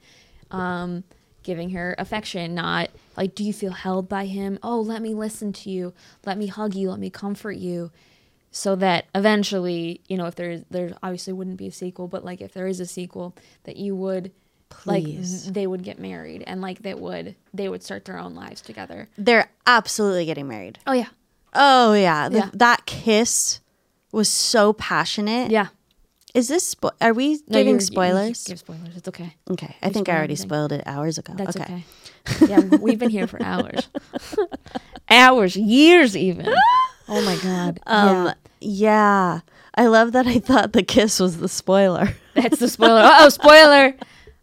S1: um giving her affection, not like do you feel held by him? Oh, let me listen to you. Let me hug you. Let me comfort you." So that eventually, you know, if there is there obviously wouldn't be a sequel, but like if there is a sequel, that you would
S2: Please.
S1: like they would get married and like that would they would start their own lives together.
S2: They're absolutely getting married.
S1: Oh yeah.
S2: Oh yeah, The-
S1: Yeah.
S2: that kiss was so passionate.
S1: Yeah.
S2: Is this spo- are we
S1: No,
S2: giving
S1: you're- you- you
S2: spoilers?
S1: Give spoilers. It's okay.
S2: okay, I think I
S1: spoiling
S2: already
S1: thing.
S2: spoiled it hours ago.
S1: That's [laughs] okay. yeah, we've been here for hours. [laughs] hours, years even. Oh my god. [laughs]
S2: Um
S1: yeah.
S2: yeah. I love that I thought the kiss was the spoiler. [laughs]
S1: That's the spoiler. Oh, spoiler.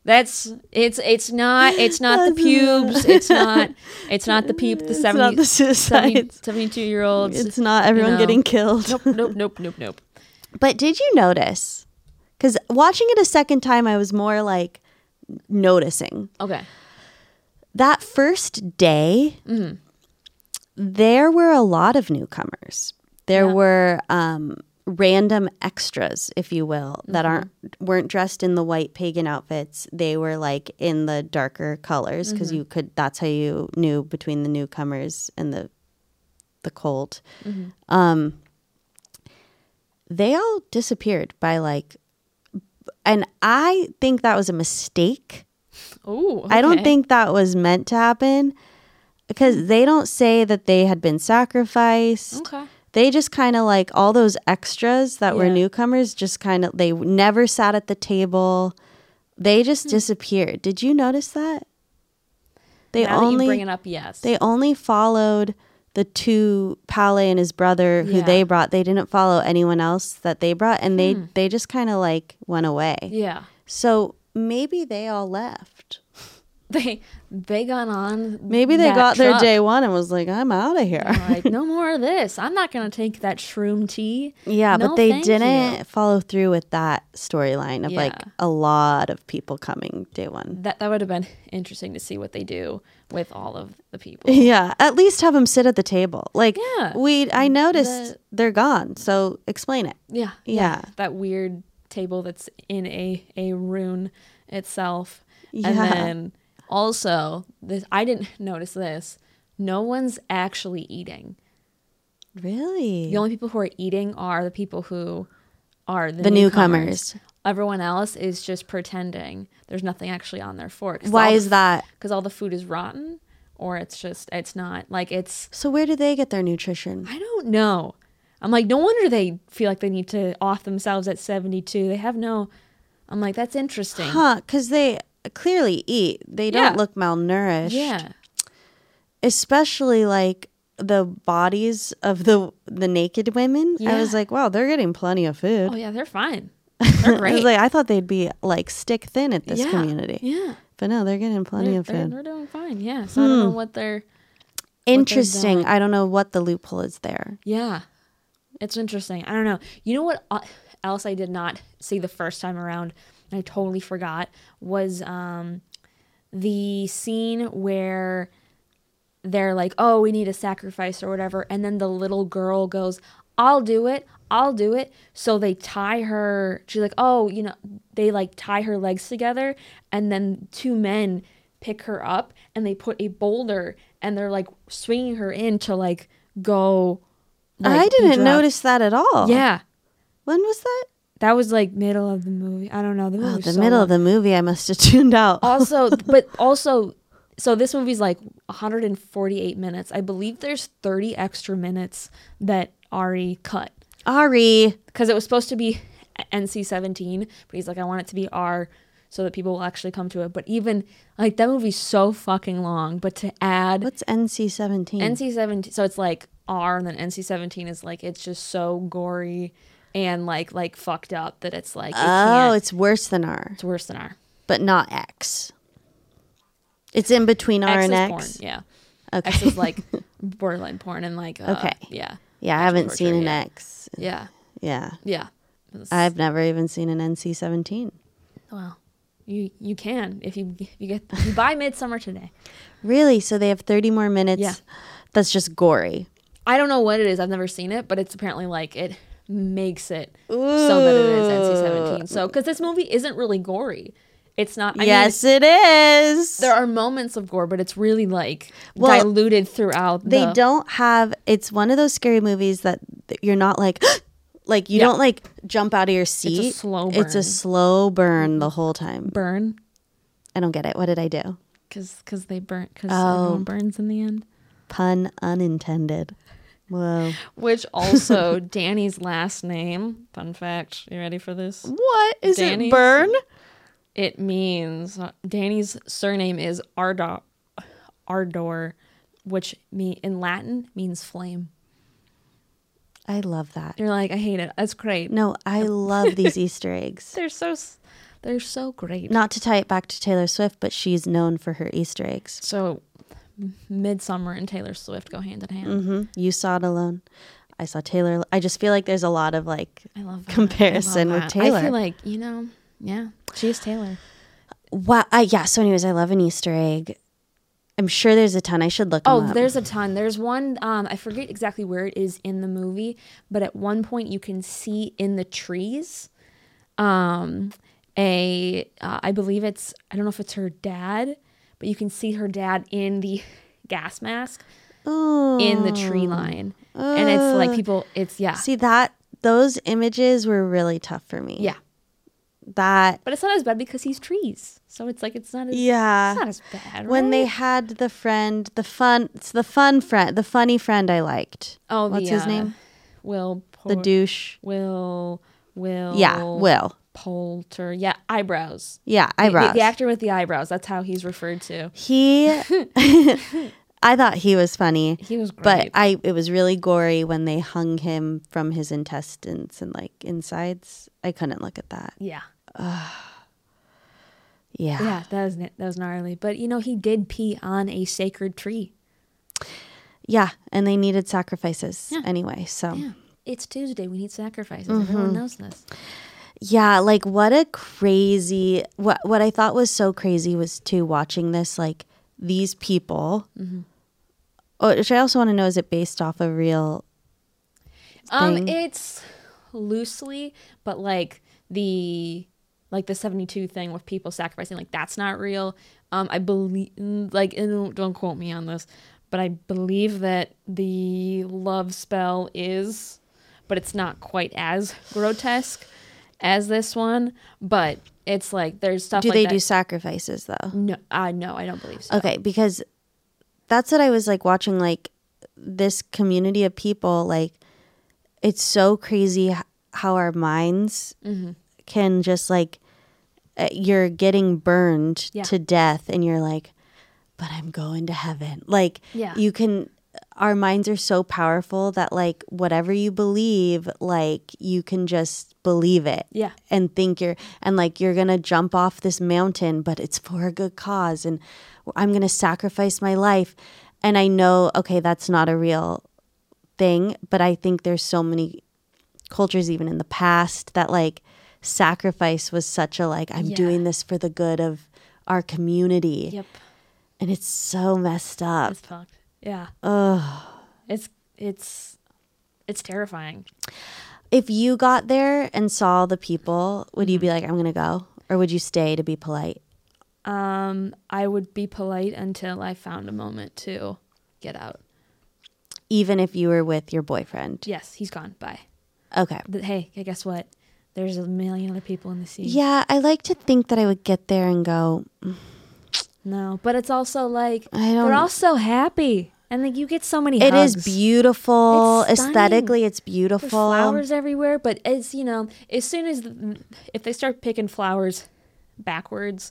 S1: That's it's it's not it's not the pubes. It's not it's not the peep the
S2: it's not
S1: 70,
S2: the suicide.
S1: 72 year olds.
S2: It's not everyone
S1: know.
S2: getting killed.
S1: nope, nope, nope, nope, nope.
S2: But did you notice? Because watching it a second time, I was more like noticing
S1: Okay.
S2: that first day. There were a lot of newcomers. There were um, random extras, if you will, that aren't weren't dressed in the white pagan outfits. They were like in the darker colors because you could. That's how you knew between the newcomers and the the cold. Um, they all disappeared by like and i think that was a mistake
S1: Oh,
S2: i don't think that was meant to happen because they don't say that they had been sacrificed
S1: Okay.
S2: they just kind of like all those extras that were
S1: Yeah.
S2: newcomers just kind of they never sat at the table they just
S1: Hmm.
S2: disappeared did you notice that they
S1: now that
S2: only
S1: you bring it up, yes.
S2: they only followed the two Palais and his brother who
S1: Yeah. Hmm.
S2: they brought. They didn't follow anyone else that they brought, and they they just kind of like went away.
S1: yeah.
S2: So maybe they all left.
S1: [laughs] They they got on
S2: Maybe they
S1: that
S2: got
S1: truck.
S2: their day one and was like, "I'm out of here."
S1: like no more of this. I'm not gonna take that shroom tea.
S2: Yeah,
S1: No,
S2: but they
S1: thank
S2: didn't
S1: you.
S2: follow through with that storyline of like
S1: Yeah.
S2: a lot of people coming day one.
S1: That that would have been interesting to see what they do with all of the people.
S2: [laughs] Yeah, at least have them sit at the table. Like,
S1: Yeah.
S2: we I noticed they're gone. So explain it.
S1: Yeah,
S2: Yeah.
S1: That weird table that's in a a rune itself, and
S2: Yeah.
S1: then also this I didn't notice this. No one's actually eating.
S2: Really?
S1: The only people who are eating are the people who are the,
S2: The
S1: newcomers.
S2: newcomers.
S1: Everyone else is just pretending. There's nothing actually on their fork.
S2: Why is that?
S1: Because all the food is rotten, or it's just it's not like it's
S2: So where do they get their nutrition?
S1: I don't know. I'm like, no wonder they feel like they need to off themselves at 72. They have no. I'm like, that's interesting.
S2: Huh? Because they clearly eat. They don't
S1: Yeah.
S2: look malnourished.
S1: Yeah.
S2: Especially like the bodies of the the naked women. I was
S1: Yeah.
S2: like, wow, they're getting plenty of food.
S1: Oh yeah, they're
S2: [laughs]
S1: fine. They're
S2: I was
S1: great.
S2: like, I thought they'd be like stick thin at this
S1: Yeah.
S2: community.
S1: Yeah.
S2: But no, they're getting plenty
S1: They're,
S2: of
S1: they're,
S2: food.
S1: they're doing fine. Yeah. So I don't
S2: Hmm.
S1: know what they're.
S2: Interesting. I don't know what the loophole is there.
S1: Yeah. It's interesting. I don't know. You know what uh, else I did not see the first time around? and I totally forgot was um the scene where they're like, "Oh, we need a sacrifice or whatever." And then the little girl goes, "I'll do it. I'll do it." So they tie her. She's like, "Oh, you know, they like tie her legs together and then two men pick her up and they put a boulder and they're like swinging her in to like go like,
S2: I
S1: be
S2: didn't
S1: dropped.
S2: notice that at all.
S1: Yeah.
S2: When was that?
S1: That was like middle of the movie. I don't know. The, movie
S2: Oh,
S1: was
S2: the
S1: so
S2: middle
S1: long.
S2: of the movie. I must have [laughs] tuned out. [laughs]
S1: also but also so this movie's like 148 minutes i believe there's 30 extra minutes that ari cut
S2: Ari.
S1: because it was supposed to be nc-17 but he's like i want it to be r so that people will actually come to it but even like that movie's so fucking long but to add
S2: What's NC seventeen?
S1: nc-17 so it's like r and then nc-17 is like it's just so gory and like like fucked up that it's like it
S2: Oh,
S1: can't-
S2: it's worse than R,
S1: it's worse than r
S2: but not X. It's in between R
S1: X
S2: and
S1: is
S2: X.
S1: porn, yeah
S2: Okay.
S1: X is like [laughs] borderline porn and like uh,
S2: Okay.
S1: yeah
S2: yeah, I haven't
S1: torture,
S2: seen an
S1: yeah.
S2: X.
S1: yeah
S2: Yeah.
S1: yeah It's-
S2: I've never even seen an NC seventeen.
S1: well you you can if you if you get if you buy midsummer today
S2: Really? So they have thirty more minutes.
S1: Yeah.
S2: That's just gory.
S1: I don't know what it is I've never seen it but it's apparently like it makes it so that it is NC seventeen so because this movie isn't really gory it's not I
S2: yes,
S1: mean,
S2: it is.
S1: there are moments of gore but it's really like
S2: Well,
S1: diluted throughout
S2: they
S1: the,
S2: don't have. It's one of those scary movies that that you're not like. [gasps] Like you
S1: Yeah.
S2: don't like jump out of your seat.
S1: slow
S2: It's a
S1: burn.
S2: slow burn the whole time.
S1: burn
S2: I don't get it. What did I do?
S1: Because cause they burn, because
S2: Oh.
S1: everyone burns in the end.
S2: Pun unintended. Whoa.
S1: Which also, [laughs] Danny's last name, fun fact, you ready for this?
S2: What is
S1: Danny's-
S2: it? Burn?
S1: It means, Danny's surname is Ardor, Ardor which me, in Latin means flame.
S2: I love that.
S1: You're like, I hate it. That's great.
S2: No, I
S1: [laughs]
S2: love these Easter eggs.
S1: They're so, s- they're so great.
S2: Not to tie it back to Taylor Swift, but she's known for her Easter eggs.
S1: So, Midsummer and Taylor Swift go hand in hand.
S2: hmm You saw it alone. I saw Taylor. I just feel like there's a lot of like
S1: I love that. I love
S2: comparison with
S1: that.
S2: Taylor.
S1: I feel like you know, yeah, she's Taylor.
S2: wow. I, uh, yeah. So, anyways, I love an Easter egg. I'm sure there's a ton. I should look. 'em
S1: Oh,
S2: up.
S1: there's a ton. There's one. Um, I forget exactly where it is in the movie, but at one point you can see in the trees, um, a uh, I believe it's I don't know if it's her dad, but you can see her dad in the [laughs] gas mask
S2: Ooh.
S1: in the tree line, and it's like people. It's yeah,
S2: Oh. Uh. See that those images were really tough for me.
S1: yeah.
S2: That
S1: But it's not as bad because he's trees, so it's like it's not as
S2: Yeah.
S1: it's not as bad.
S2: when they
S1: right?
S2: had the friend, the fun, it's the fun friend, the funny friend I liked.
S1: oh
S2: what's
S1: the,
S2: his
S1: uh,
S2: name?
S1: Will
S2: The
S1: Por-
S2: douche.
S1: Will Will
S2: Yeah, Will.
S1: Poulter. Yeah, eyebrows.
S2: Yeah,
S1: The-
S2: eyebrows.
S1: The, actor with the eyebrows. That's how he's referred to.
S2: [laughs] He, I thought he was funny.
S1: He was
S2: But
S1: great.
S2: I, it was really gory when they hung him from his intestines and like insides. I couldn't look at that.
S1: Yeah.
S2: Yeah.
S1: Yeah, that was that was gnarly. But you know, he did pee on a sacred tree.
S2: Yeah, And they needed sacrifices
S1: Yeah.
S2: anyway. So, yeah.
S1: Yeah. Mm-hmm. It's Tuesday. We need sacrifices. Everyone knows this.
S2: like what a crazy, what, what I thought was so crazy was too watching this, like these people,
S1: Mm-hmm.
S2: oh, which I also want to know, is it based off a real,
S1: Um,
S2: thing?
S1: it's loosely, but like the like the seventy two thing with people sacrificing, like that's not real. Um, I believe, like, and don't- don't quote me on this, but I believe that the love spell is, but it's not quite as grotesque as this one. But it's like there's stuff.
S2: do
S1: like
S2: they
S1: that.
S2: do sacrifices though?
S1: No, uh, no, I don't believe so.
S2: Okay, because that's what I was like watching like this community of people like it's so crazy h- how our minds
S1: Mm-hmm.
S2: can just like uh, you're getting burned
S1: Yeah.
S2: to death and you're like but I'm going to heaven. Like
S1: Yeah.
S2: you can our minds are so powerful that like whatever you believe like you can just believe it
S1: Yeah.
S2: and think you're and like you're gonna jump off this mountain but it's for a good cause and i'm gonna sacrifice my life and i know okay that's not a real thing but i think there's so many cultures even in the past that like sacrifice was such a like i'm
S1: Yeah.
S2: doing this for the good of our community
S1: Yep.
S2: and it's so messed up
S1: It's fucked. Yeah. It's it's it's terrifying.
S2: if you got there and saw the people would you be
S1: Mm-hmm.
S2: like i'm gonna go or would you stay to be polite
S1: Um, I would be polite until I found a moment to get out.
S2: even if you were with your boyfriend
S1: Yes, he's gone. Bye.
S2: Okay.
S1: But hey, hey, guess what? There's a million other people in the sea.
S2: Yeah, I like to think that I would get there and go,
S1: No, but it's also like
S2: I don't-
S1: they're all so happy, and like you get so many.
S2: It is
S1: hugs.
S2: beautiful.
S1: It's stunning.
S2: Aesthetically, it's
S1: There's
S2: beautiful.
S1: flowers everywhere, but it's you know, as soon as if they start picking flowers backwards,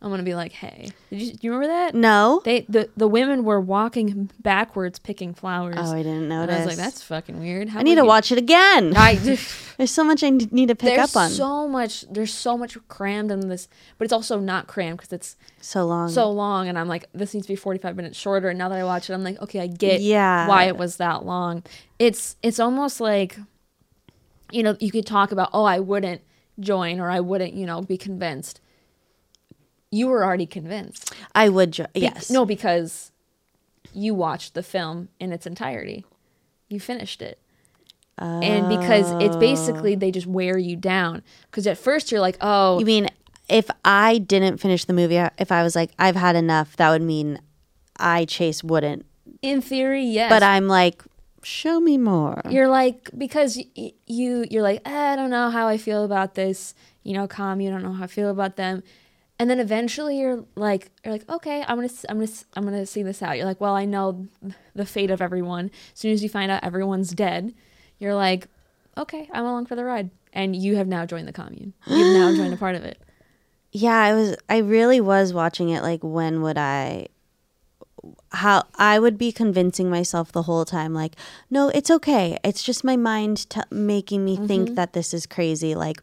S1: I'm gonna be like, hey, did you, do you remember that?
S2: No.
S1: They the the women were walking backwards picking flowers.
S2: oh, I didn't
S1: And
S2: notice.
S1: I was like, that's fucking weird. How
S2: I need
S1: would
S2: to
S1: you-
S2: watch it again.
S1: [laughs] I.
S2: [laughs] There's so much I n- need to pick
S1: there's
S2: up on. So,
S1: so much there's so much crammed in this but it's also not crammed because it's
S2: long.
S1: so long and i'm like this needs to be 45 minutes shorter and now that i watch it i'm like okay i get
S2: Yeah.
S1: why it was that long it's it's almost like you know you could talk about oh i wouldn't join or i wouldn't you know be convinced you were already convinced
S2: I would. Jo-
S1: Be-
S2: yes.
S1: no because you watched the film in its entirety you finished it and because it's
S2: Oh.
S1: basically they just wear you down because at first you're like oh
S2: You mean if I didn't finish the movie, I- if I was like, I've had enough, that would mean I chase wouldn't.
S1: in theory yes
S2: But I'm like, show me more.
S1: you're like because you, "Eh, you you're like "Ah, i don't know how i feel about this you know com you don't know how i feel about them and then eventually you're like you're like okay i'm gonna s- i'm gonna s- i'm gonna see this out you're like well i know the fate of everyone as soon as you find out everyone's dead you're like okay i'm along for the ride and you have now joined the commune you've
S2: [gasps]
S1: now joined a part of it
S2: Yeah, I was I really was watching it like when would I how I would be convincing myself the whole time like no, it's okay. It's just my mind t- making me think that this is crazy like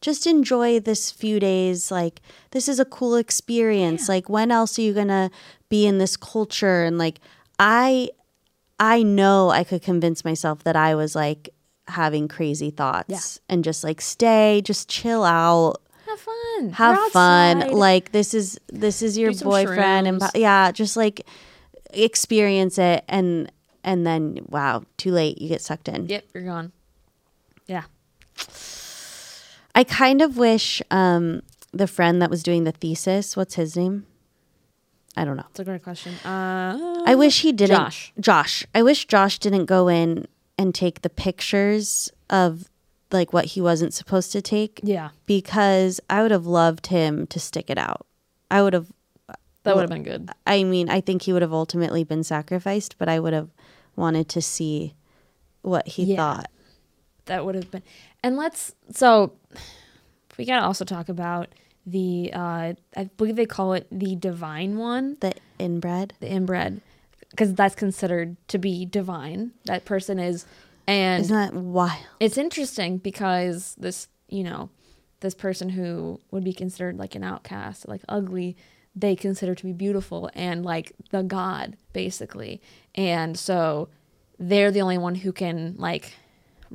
S2: just enjoy this few days like this is a cool experience. Like when else are you going to be in this culture and like I I know I could convince myself that I was like having crazy thoughts and just like stay, just chill out
S1: have fun We're
S2: have fun
S1: outside.
S2: like this is this is your
S1: Do some
S2: boyfriend and
S1: shrooms.
S2: bu- yeah just like experience it and and then wow too late you get sucked in
S1: yep you're gone yeah
S2: i kind of wish um the friend that was doing the thesis what's his name i don't know
S1: it's a great question uh
S2: I wish he didn't.
S1: Josh.
S2: Josh. I wish Josh didn't go in and take the pictures of like what he wasn't supposed to take.
S1: Yeah.
S2: Because I would have loved him to stick it out. I would have.
S1: that would have been good
S2: I mean, I think he would have ultimately been sacrificed, but I would have wanted to see what he
S1: Yeah.
S2: thought.
S1: that would have been and let's so we gotta also talk about the uh i believe they call it the divine one
S2: The inbred.
S1: the inbred because that's considered to be divine that person is and
S2: Isn't that wild?
S1: it's interesting because this you know this person who would be considered like an outcast like ugly they consider to be beautiful and like the god basically and so they're the only one who can like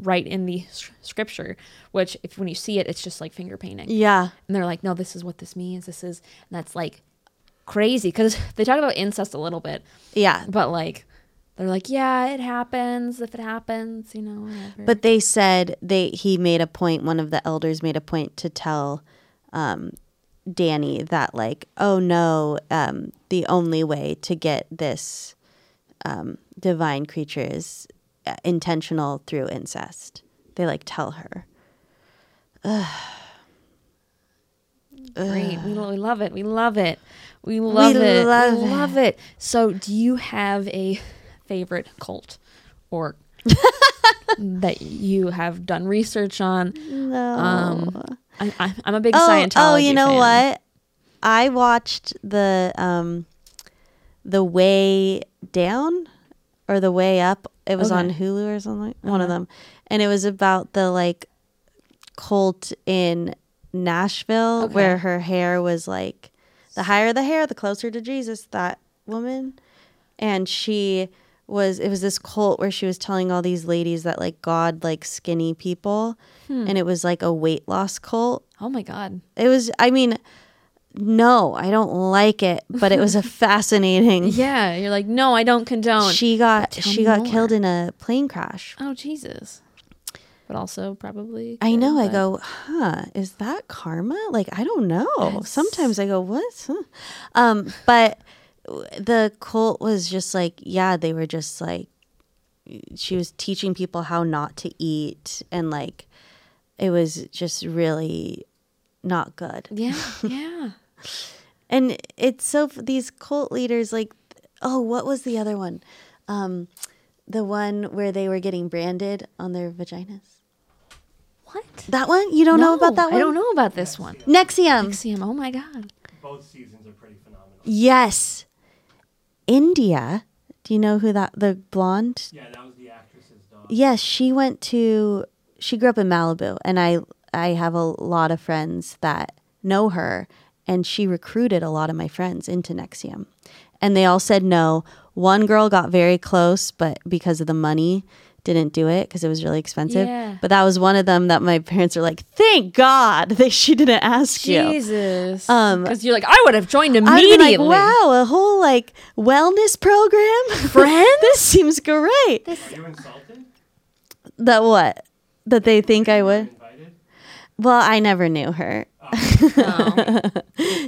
S1: write in the s- scripture which if when you see it it's just like finger painting
S2: Yeah.
S1: and they're like, no, this is what this means. This is, and that's like crazy because [laughs] they talk about incest a little bit,
S2: Yeah.
S1: but like, they're like, yeah, it happens if it happens, you know, whatever.
S2: But they said they he made a point. One of the elders made a point to tell um, Danny that like, oh no, um, the only way to get this um, divine creature is uh, intentional through incest. They like tell her.
S1: great. We, lo- we love it. We love it. We love it.
S2: love
S1: we
S2: it.
S1: love it. So, do you have a favorite cult
S2: [laughs]
S1: or that you have done research on?
S2: No.
S1: Um, I, I, I'm a big
S2: oh,
S1: Scientology.
S2: oh, you know
S1: fan.
S2: what? I watched the um, the way down or the way up. It was
S1: Okay. Uh-huh.
S2: on Hulu or something. One of them, and it was about the like cult in Nashville
S1: Okay.
S2: where her hair was like the higher the hair, the closer to Jesus. That woman, and she was it was this cult where she was telling all these ladies that like God like skinny people,
S1: Hmm.
S2: and it was like a weight loss cult.
S1: Oh my
S2: [laughs]
S1: god.
S2: It was, I mean, no, I don't like it, but it
S1: [laughs]
S2: was a fascinating.
S1: Yeah, you're like, no, I don't condone.
S2: She got
S1: Tell
S2: she
S1: me
S2: got
S1: more.
S2: killed in a plane crash.
S1: Oh Jesus. But also probably
S2: I know.
S1: good,
S2: I
S1: but-
S2: go, huh? Is that karma? Like I don't know. Sometimes I go, what? Huh. Um, but w- the cult was just like, yeah, they were just like, she was teaching people how not to eat, and like, it was just really not good. [laughs]
S1: Yeah, yeah.
S2: And it's so f- these cult leaders like oh, what was the other one? Um the one where they were getting branded on their vaginas.
S1: what?
S2: That one? You don't know about that one?
S1: I don't know about this one.
S2: Nexium.
S1: Nexium. Oh my god.
S5: Both seasons are pretty phenomenal.
S2: yes. India. Do you know who that the blonde?
S5: Yeah, that was the actress's
S2: [laughs]
S5: dog.
S2: Yes, she went to she grew up in Malibu and I I have a lot of friends that know her and she recruited a lot of my friends into Nexium. And they all said no. One girl got very close but because of the money didn't do it because it was really expensive.
S1: Yeah.
S2: But that was one of them that my [laughs] parents were like, "Thank God that she didn't ask you."
S1: Jesus.
S2: Um,
S1: because you're like, I would have joined
S2: I would
S1: immediately.
S2: like,
S1: [laughs]
S2: wow, a whole like wellness program, [laughs] friend. this seems great.
S5: Are you insulted?
S2: That what? That they think I would.
S5: Invited?
S2: Well, I never knew her.
S1: Oh,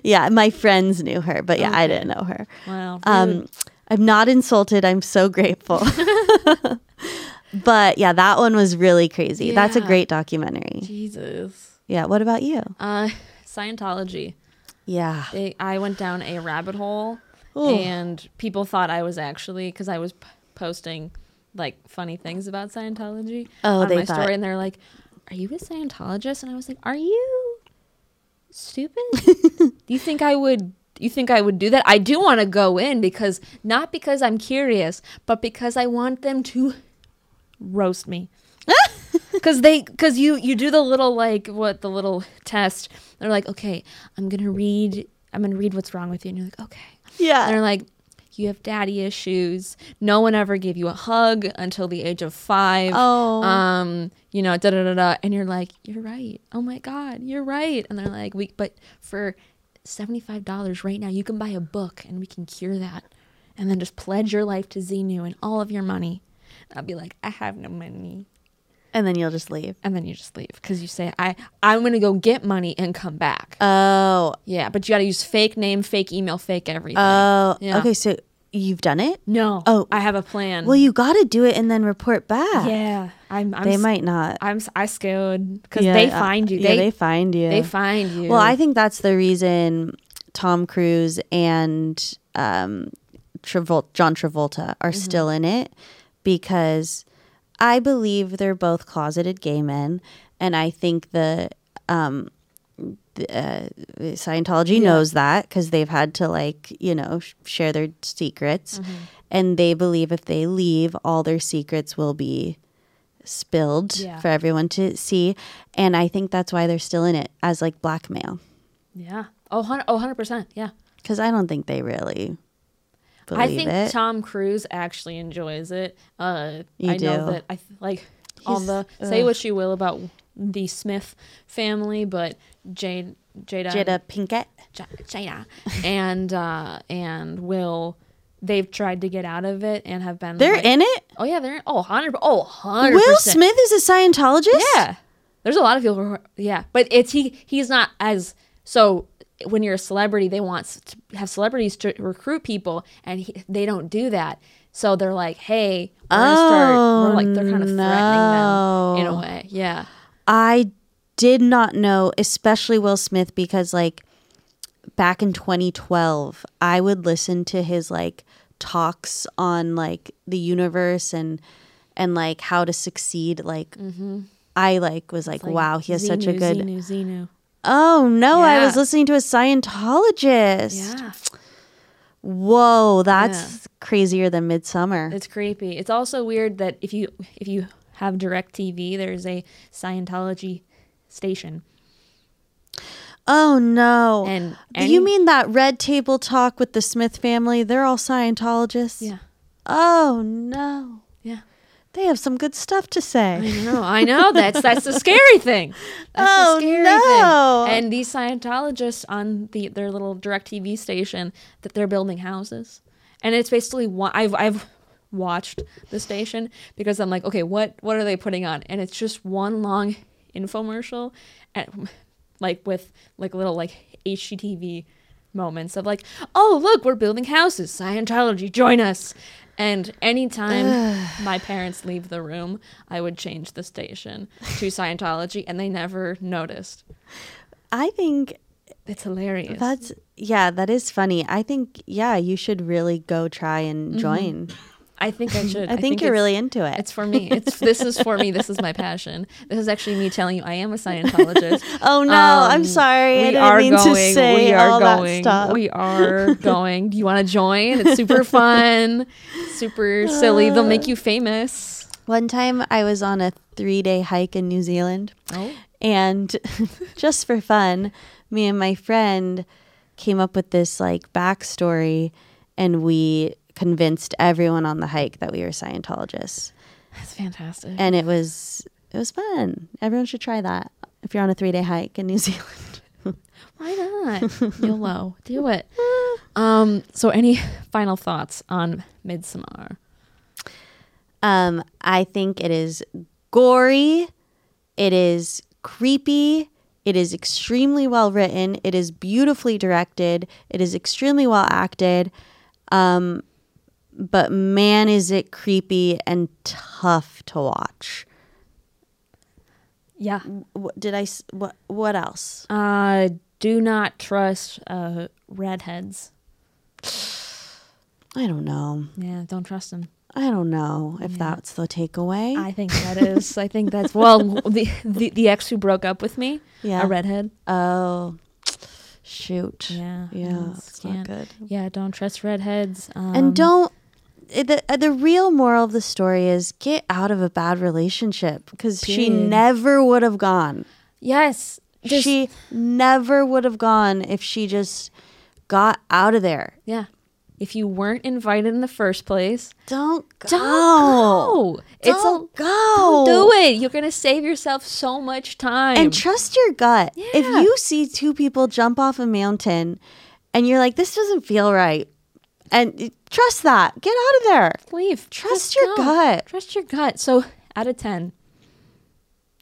S2: yeah, my friends knew her, but yeah, I didn't know her.
S1: Wow.
S2: [laughs] Um,
S1: Mm.
S2: I'm not insulted. I'm
S1: [laughs]
S2: so grateful. but yeah, that one was really crazy. That's a
S1: Yeah.
S2: great documentary.
S1: Jesus.
S2: Yeah. What about you?
S1: Uh, Scientology.
S2: Yeah.
S1: They, I went down a rabbit hole,
S2: Ooh.
S1: and people thought I was actually because I was p- posting like funny things about Scientology
S2: Oh,
S1: on
S2: they
S1: my
S2: thought-
S1: story, and they're like, "Are you a Scientologist?" And I was like, "Are you
S2: [laughs]
S1: stupid? you think I would?" You think I would do that? I do want to go in because not because I'm curious, but because I want them to roast
S2: [laughs]
S1: me because they because you you do the little like what the little test they're like okay i'm gonna read i'm gonna read what's wrong with you and you're like okay and they're
S2: Yeah.
S1: like you have daddy issues no one ever gave you a hug until the age of five.
S2: Oh.
S1: um you know da da da da and you're like you're right oh my god you're right and they're like we but for $75 right now you can buy a book and we can cure that and then just pledge your life to xenu and all of your money i'll be like i have no money
S2: And then you'll just leave.
S1: and then you just leave because you say I I'm gonna go get money and come back.
S2: Oh.
S1: yeah, but you gotta use fake name, fake email, fake everything.
S2: Oh.
S1: Yeah.
S2: Okay. So you've done it?
S1: no.
S2: Oh.
S1: I have a plan.
S2: Well, you got to do it and then report back.
S1: yeah, I'm. I'm
S2: They
S1: s-
S2: might not.
S1: I'm. s- I scared because
S2: Yeah,
S1: they
S2: uh,
S1: find you.
S2: yeah,
S1: they,
S2: they
S1: they,
S2: find you.
S1: find you.
S2: Well, I think that's the reason Tom Cruise and um, Travol- John Travolta are still in it because I believe they're both closeted gay men, and I think the um, the, uh, Scientology knows that because they've had to like you know sh- share their secrets, and they believe if they leave, all their secrets will be spilled
S1: Yeah.
S2: for everyone to see and i think that's why they're still in it as like blackmail
S1: yeah. Oh, 100 oh, 100 percent. Yeah.
S2: because I don't think they really believe
S1: I think
S2: it.
S1: Tom Cruise actually enjoys it. Uh,
S2: You
S1: I know
S2: do.
S1: that I th- like on
S2: He's-
S1: the say what you will about the Smith family, but Jade Jada
S2: Jada Pinkett.
S1: Ch- China and uh, and Will they've tried to get out of it and have been
S2: They're
S1: like-
S2: in it.
S1: oh yeah they're in oh 100 oh 100
S2: Will Smith is a Scientologist.
S1: yeah there's a lot of people who are, yeah but it's he he's not as so when you're a celebrity they want s- to have celebrities to recruit people and he, they don't do that so they're like hey we're gonna start we're like they're kind of threatening
S2: Oh, no.
S1: them in a way yeah
S2: I did not know, especially Will Smith, because like back in 2012, I would listen to his like talks on like the universe and and like how to succeed. Like
S1: Mm-hmm.
S2: I like was like, wow, he has such a
S1: Xenu,
S2: good.
S1: Xenu, Xenu.
S2: Oh no, I
S1: Yeah.
S2: was listening to a Scientologist.
S1: yeah
S2: Whoa, that's crazier than Midsummer.
S1: It's creepy. It's also weird that if you if you have direct TV, there's a Scientology station.
S2: Oh no.
S1: And
S2: you
S1: any-
S2: mean that red table talk with the Smith family? They're all Scientologists.
S1: Yeah.
S2: Oh no.
S1: Yeah.
S2: They have some good stuff
S1: [laughs]
S2: to say.
S1: I know, I know. That's that's the scary thing. That's
S2: [laughs] Oh,
S1: the scary
S2: no.
S1: thing. And these Scientologists on the their little direct TV station that they're building houses. And it's basically one I've I've watched the station because I'm like, okay, what what are they putting on? And it's just one long infomercial at, like with like little like HGTV moments of like, oh look, we're building houses. Scientology, join us. And anytime my parents leave the room, I would change the station to Scientology, and they never noticed.
S2: I think
S1: It's hilarious.
S2: that's yeah, that is funny. I think yeah, you should really go try and join.
S1: I think Mm-hmm. I should.
S2: [laughs] I, think, you're
S1: it's-
S2: really into it.
S1: It's for me. It's this is for me. This is my passion. This is actually me telling you I am a Scientologist.
S2: oh [laughs] no, I'm
S1: Um,
S2: sorry. I
S1: We
S2: didn't
S1: are
S2: mean
S1: going.
S2: to say
S1: we are
S2: all
S1: going.
S2: that stuff.
S1: We
S2: [laughs]
S1: are going. Do you want to join? It's super fun, super silly. They'll make you famous.
S2: One time I was on a three day hike in New Zealand.
S1: Oh.
S2: And [laughs] just for fun, me and my friend came up with this like backstory and we convinced everyone on the hike that we were Scientologists.
S1: That's fantastic.
S2: And it was it was fun. Everyone should try that if you're on a three day hike in New [laughs] Zealand.
S1: Why not?
S2: [laughs]
S1: YOLO. Do it. Um, so any final thoughts on Midsommar?
S2: Um, I think it is gory. It is creepy. It is extremely well written. It is beautifully directed. It is extremely well acted. Um, but man, is it creepy and tough to watch.
S1: Yeah.
S2: What did I? s- What? What else?
S1: Uh do not trust uh, redheads.
S2: I don't know.
S1: Yeah, don't trust them.
S2: I don't know if that's the takeaway.
S1: [laughs] I think [laughs] that is. I think that's well. The, the the ex who broke up with me,
S2: Yeah.
S1: a redhead.
S2: oh, shoot.
S1: Yeah,
S2: Yeah,
S1: it's-
S2: it's not good.
S1: Yeah, don't trust redheads. Um,
S2: And don't. eh, The, eh, the real moral of the story is get out of a bad relationship because she
S1: Period.
S2: never would have gone.
S1: Yes, just-
S2: she never would have gone if she just got out of there.
S1: Yeah, if you weren't invited in the first place,
S2: Don't go.
S1: [gasps] don't go. It's a
S2: Don't go.
S1: don't do it. You're gonna save yourself so much time.
S2: And trust your gut. If
S1: Yeah.
S2: you see two people jump off a mountain and you're like, this doesn't feel right, and eh, trust that, get out of there.
S1: leave.
S2: Trust
S1: Just
S2: your
S1: go.
S2: gut.
S1: Trust your gut. So, out of ten,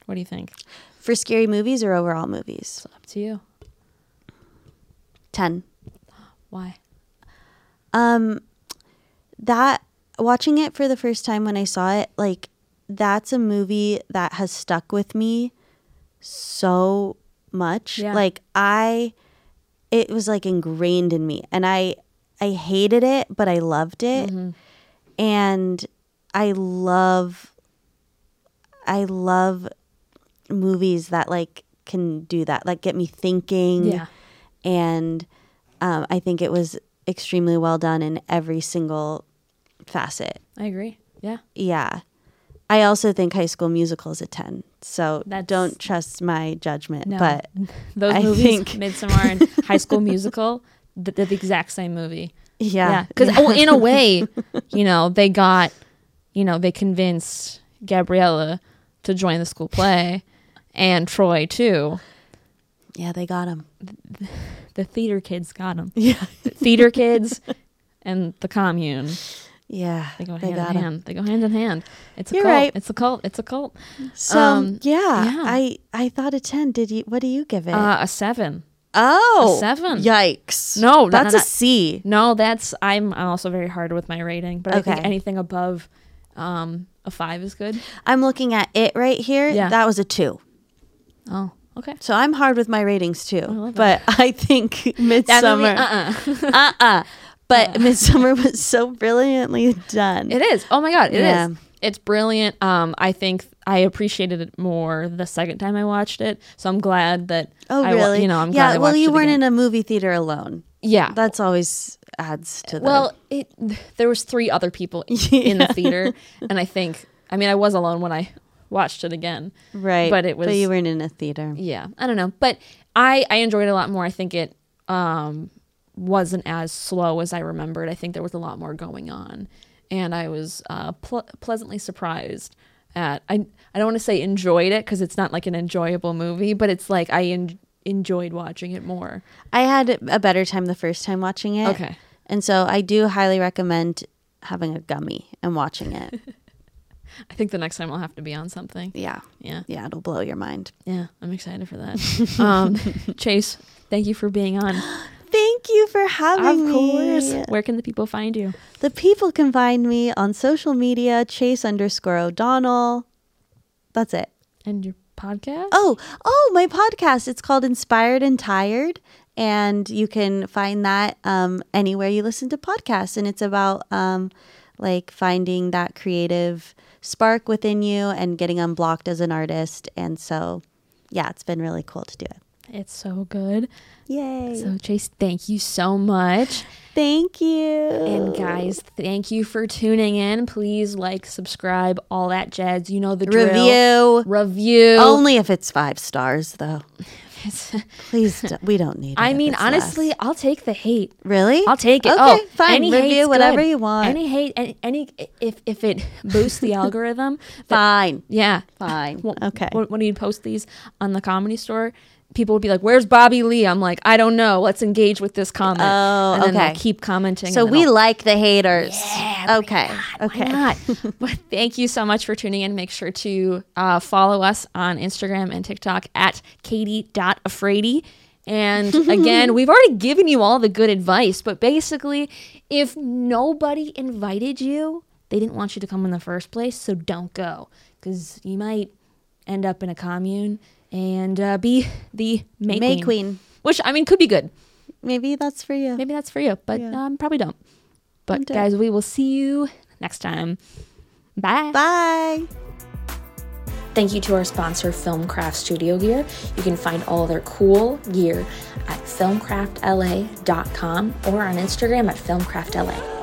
S1: what do you think?
S2: For scary movies or overall movies?
S1: Up to you.
S2: 10.
S1: Why?
S2: Um, that watching it for the first time when I saw it, like that's a movie that has stuck with me so much.
S1: Yeah.
S2: Like I, it was like ingrained in me, and I, I hated it, but I loved it,
S1: Mm-hmm.
S2: and I love, I love movies that like can do that, like get me thinking
S1: Yeah.
S2: and um, I think it was extremely well done in every single facet.
S1: I agree. Yeah.
S2: Yeah, I also think High School Musical is a ten. So
S1: That's-
S2: don't trust my judgment,
S1: No.
S2: but
S1: Those
S2: I
S1: movies,
S2: think-
S1: Midsommar and High
S2: [laughs]
S1: School Musical, th- they're the exact same movie. Yeah. oh,
S2: yeah, [laughs]
S1: Because in a way, you know, they got, you know, they convinced Gabriella to join the school play and Troy too.
S2: yeah, they got him.
S1: The theater kids got them.
S2: Yeah,
S1: theater kids and the commune.
S2: yeah,
S1: They go
S2: they
S1: hand in
S2: got him.
S1: hand. They go hand in hand. It's a
S2: You're
S1: cult.
S2: right.
S1: It's a cult. It's a cult.
S2: So
S1: Um,
S2: yeah,
S1: yeah.
S2: I I thought a ten. Did you? What do you give it?
S1: Uh, a seven.
S2: oh,
S1: a seven.
S2: Yikes!
S1: No, no,
S2: that's
S1: no,
S2: a
S1: no.
S2: C.
S1: No, that's I'm I'm also very hard with my rating, but I think
S2: Okay.
S1: anything above um, a five is good.
S2: I'm looking at it right here.
S1: Yeah.
S2: That was a two.
S1: Oh, okay.
S2: So I'm hard with my ratings too.
S1: love
S2: but [laughs] I think Midsummer.
S1: uh-uh.
S2: uh uh But
S1: [laughs]
S2: Midsummer was so brilliantly done.
S1: It is. Oh my god, it is.
S2: Yeah.
S1: It's brilliant. Um, I think I appreciated it more the second time I watched it, so I'm glad that.
S2: oh
S1: I
S2: really?
S1: wa- you know, I'm
S2: yeah.
S1: glad I
S2: well,
S1: watched
S2: you
S1: it
S2: weren't
S1: again.
S2: in a movie theater alone.
S1: Yeah.
S2: That's always adds to the.
S1: well, it there was three other people in the theater, and I think I mean I was alone when I watched it again.
S2: right.
S1: but it was-
S2: But you weren't in a theater.
S1: yeah i don't know but i i enjoyed it a lot more i think it um wasn't as slow as i remembered i think there was a lot more going on and i was uh ple- pleasantly surprised at i i don't want to say enjoyed it because it's not like an enjoyable movie but it's like i en- enjoyed watching it more
S2: I had a better time the first time watching it.
S1: Okay.
S2: And so I do highly recommend having a gummy and
S1: [laughs]
S2: watching it.
S1: i think the next time i'll have to be on something
S2: yeah.
S1: yeah
S2: Yeah, it'll blow your mind.
S1: yeah i'm excited for that [laughs] um chase thank you for being on
S2: Thank you for having
S1: of
S2: me.
S1: course where can the people find you
S2: The people can find me on social media, Chase underscore O'Donnell. That's it.
S1: and your podcast
S2: Oh, oh, my podcast. It's called Inspired and Tired. And you can find that um, anywhere you listen to podcasts. And it's about um, like finding that creative spark within you and getting unblocked as an artist. And so, yeah, it's been really cool to do it.
S1: it's so good
S2: Yay.
S1: So, Chase, thank you so much.
S2: Thank you.
S1: And, guys, thank you for tuning in. Please like, subscribe, all that jazz. You know the drill.
S2: Review.
S1: Review.
S2: Only if it's five stars, though. Please, do we don't need it.
S1: [laughs] I
S2: if
S1: mean,
S2: it's less.
S1: honestly, I'll take the hate.
S2: Really?
S1: I'll take it.
S2: Okay,
S1: oh,
S2: fine.
S1: Any hate's
S2: Review whatever
S1: good.
S2: you want.
S1: Any hate, any, any if if it boosts
S2: [laughs]
S1: the algorithm, that-
S2: fine.
S1: yeah,
S2: Fine.
S1: Well,
S2: Okay.
S1: When, when you'd post these on the comedy store, people would be like, "Where's Bobby Lee?" I'm like, "I don't know. Let's engage with this comment."
S2: Oh,
S1: and then they'll
S2: okay.
S1: keep commenting.
S2: So
S1: and then
S2: we
S1: I'll-
S2: like the haters.
S1: [laughs]
S2: okay.
S1: Why
S2: Okay. [laughs]
S1: not? but thank you so much for tuning in. Make sure to uh, follow us on Instagram and TikTok at katie.afraidy.
S2: [laughs]
S1: And again, we've already given you all the good advice, but basically, if nobody invited you, they didn't want you to come in the first place, so don't go because you might end up in a commune and uh, be the May,
S2: May
S1: Queen.
S2: Queen.
S1: which I mean could be good.
S2: Maybe that's for you.
S1: Maybe that's for you, but
S2: Yeah.
S1: um, probably don't. But
S2: Okay.
S1: guys, we will see you next time. Bye.
S2: Bye.
S1: Thank you to our sponsor, Filmcraft Studio Gear. You can find all their cool gear at filmcraftla.com or on Instagram at filmcraftla.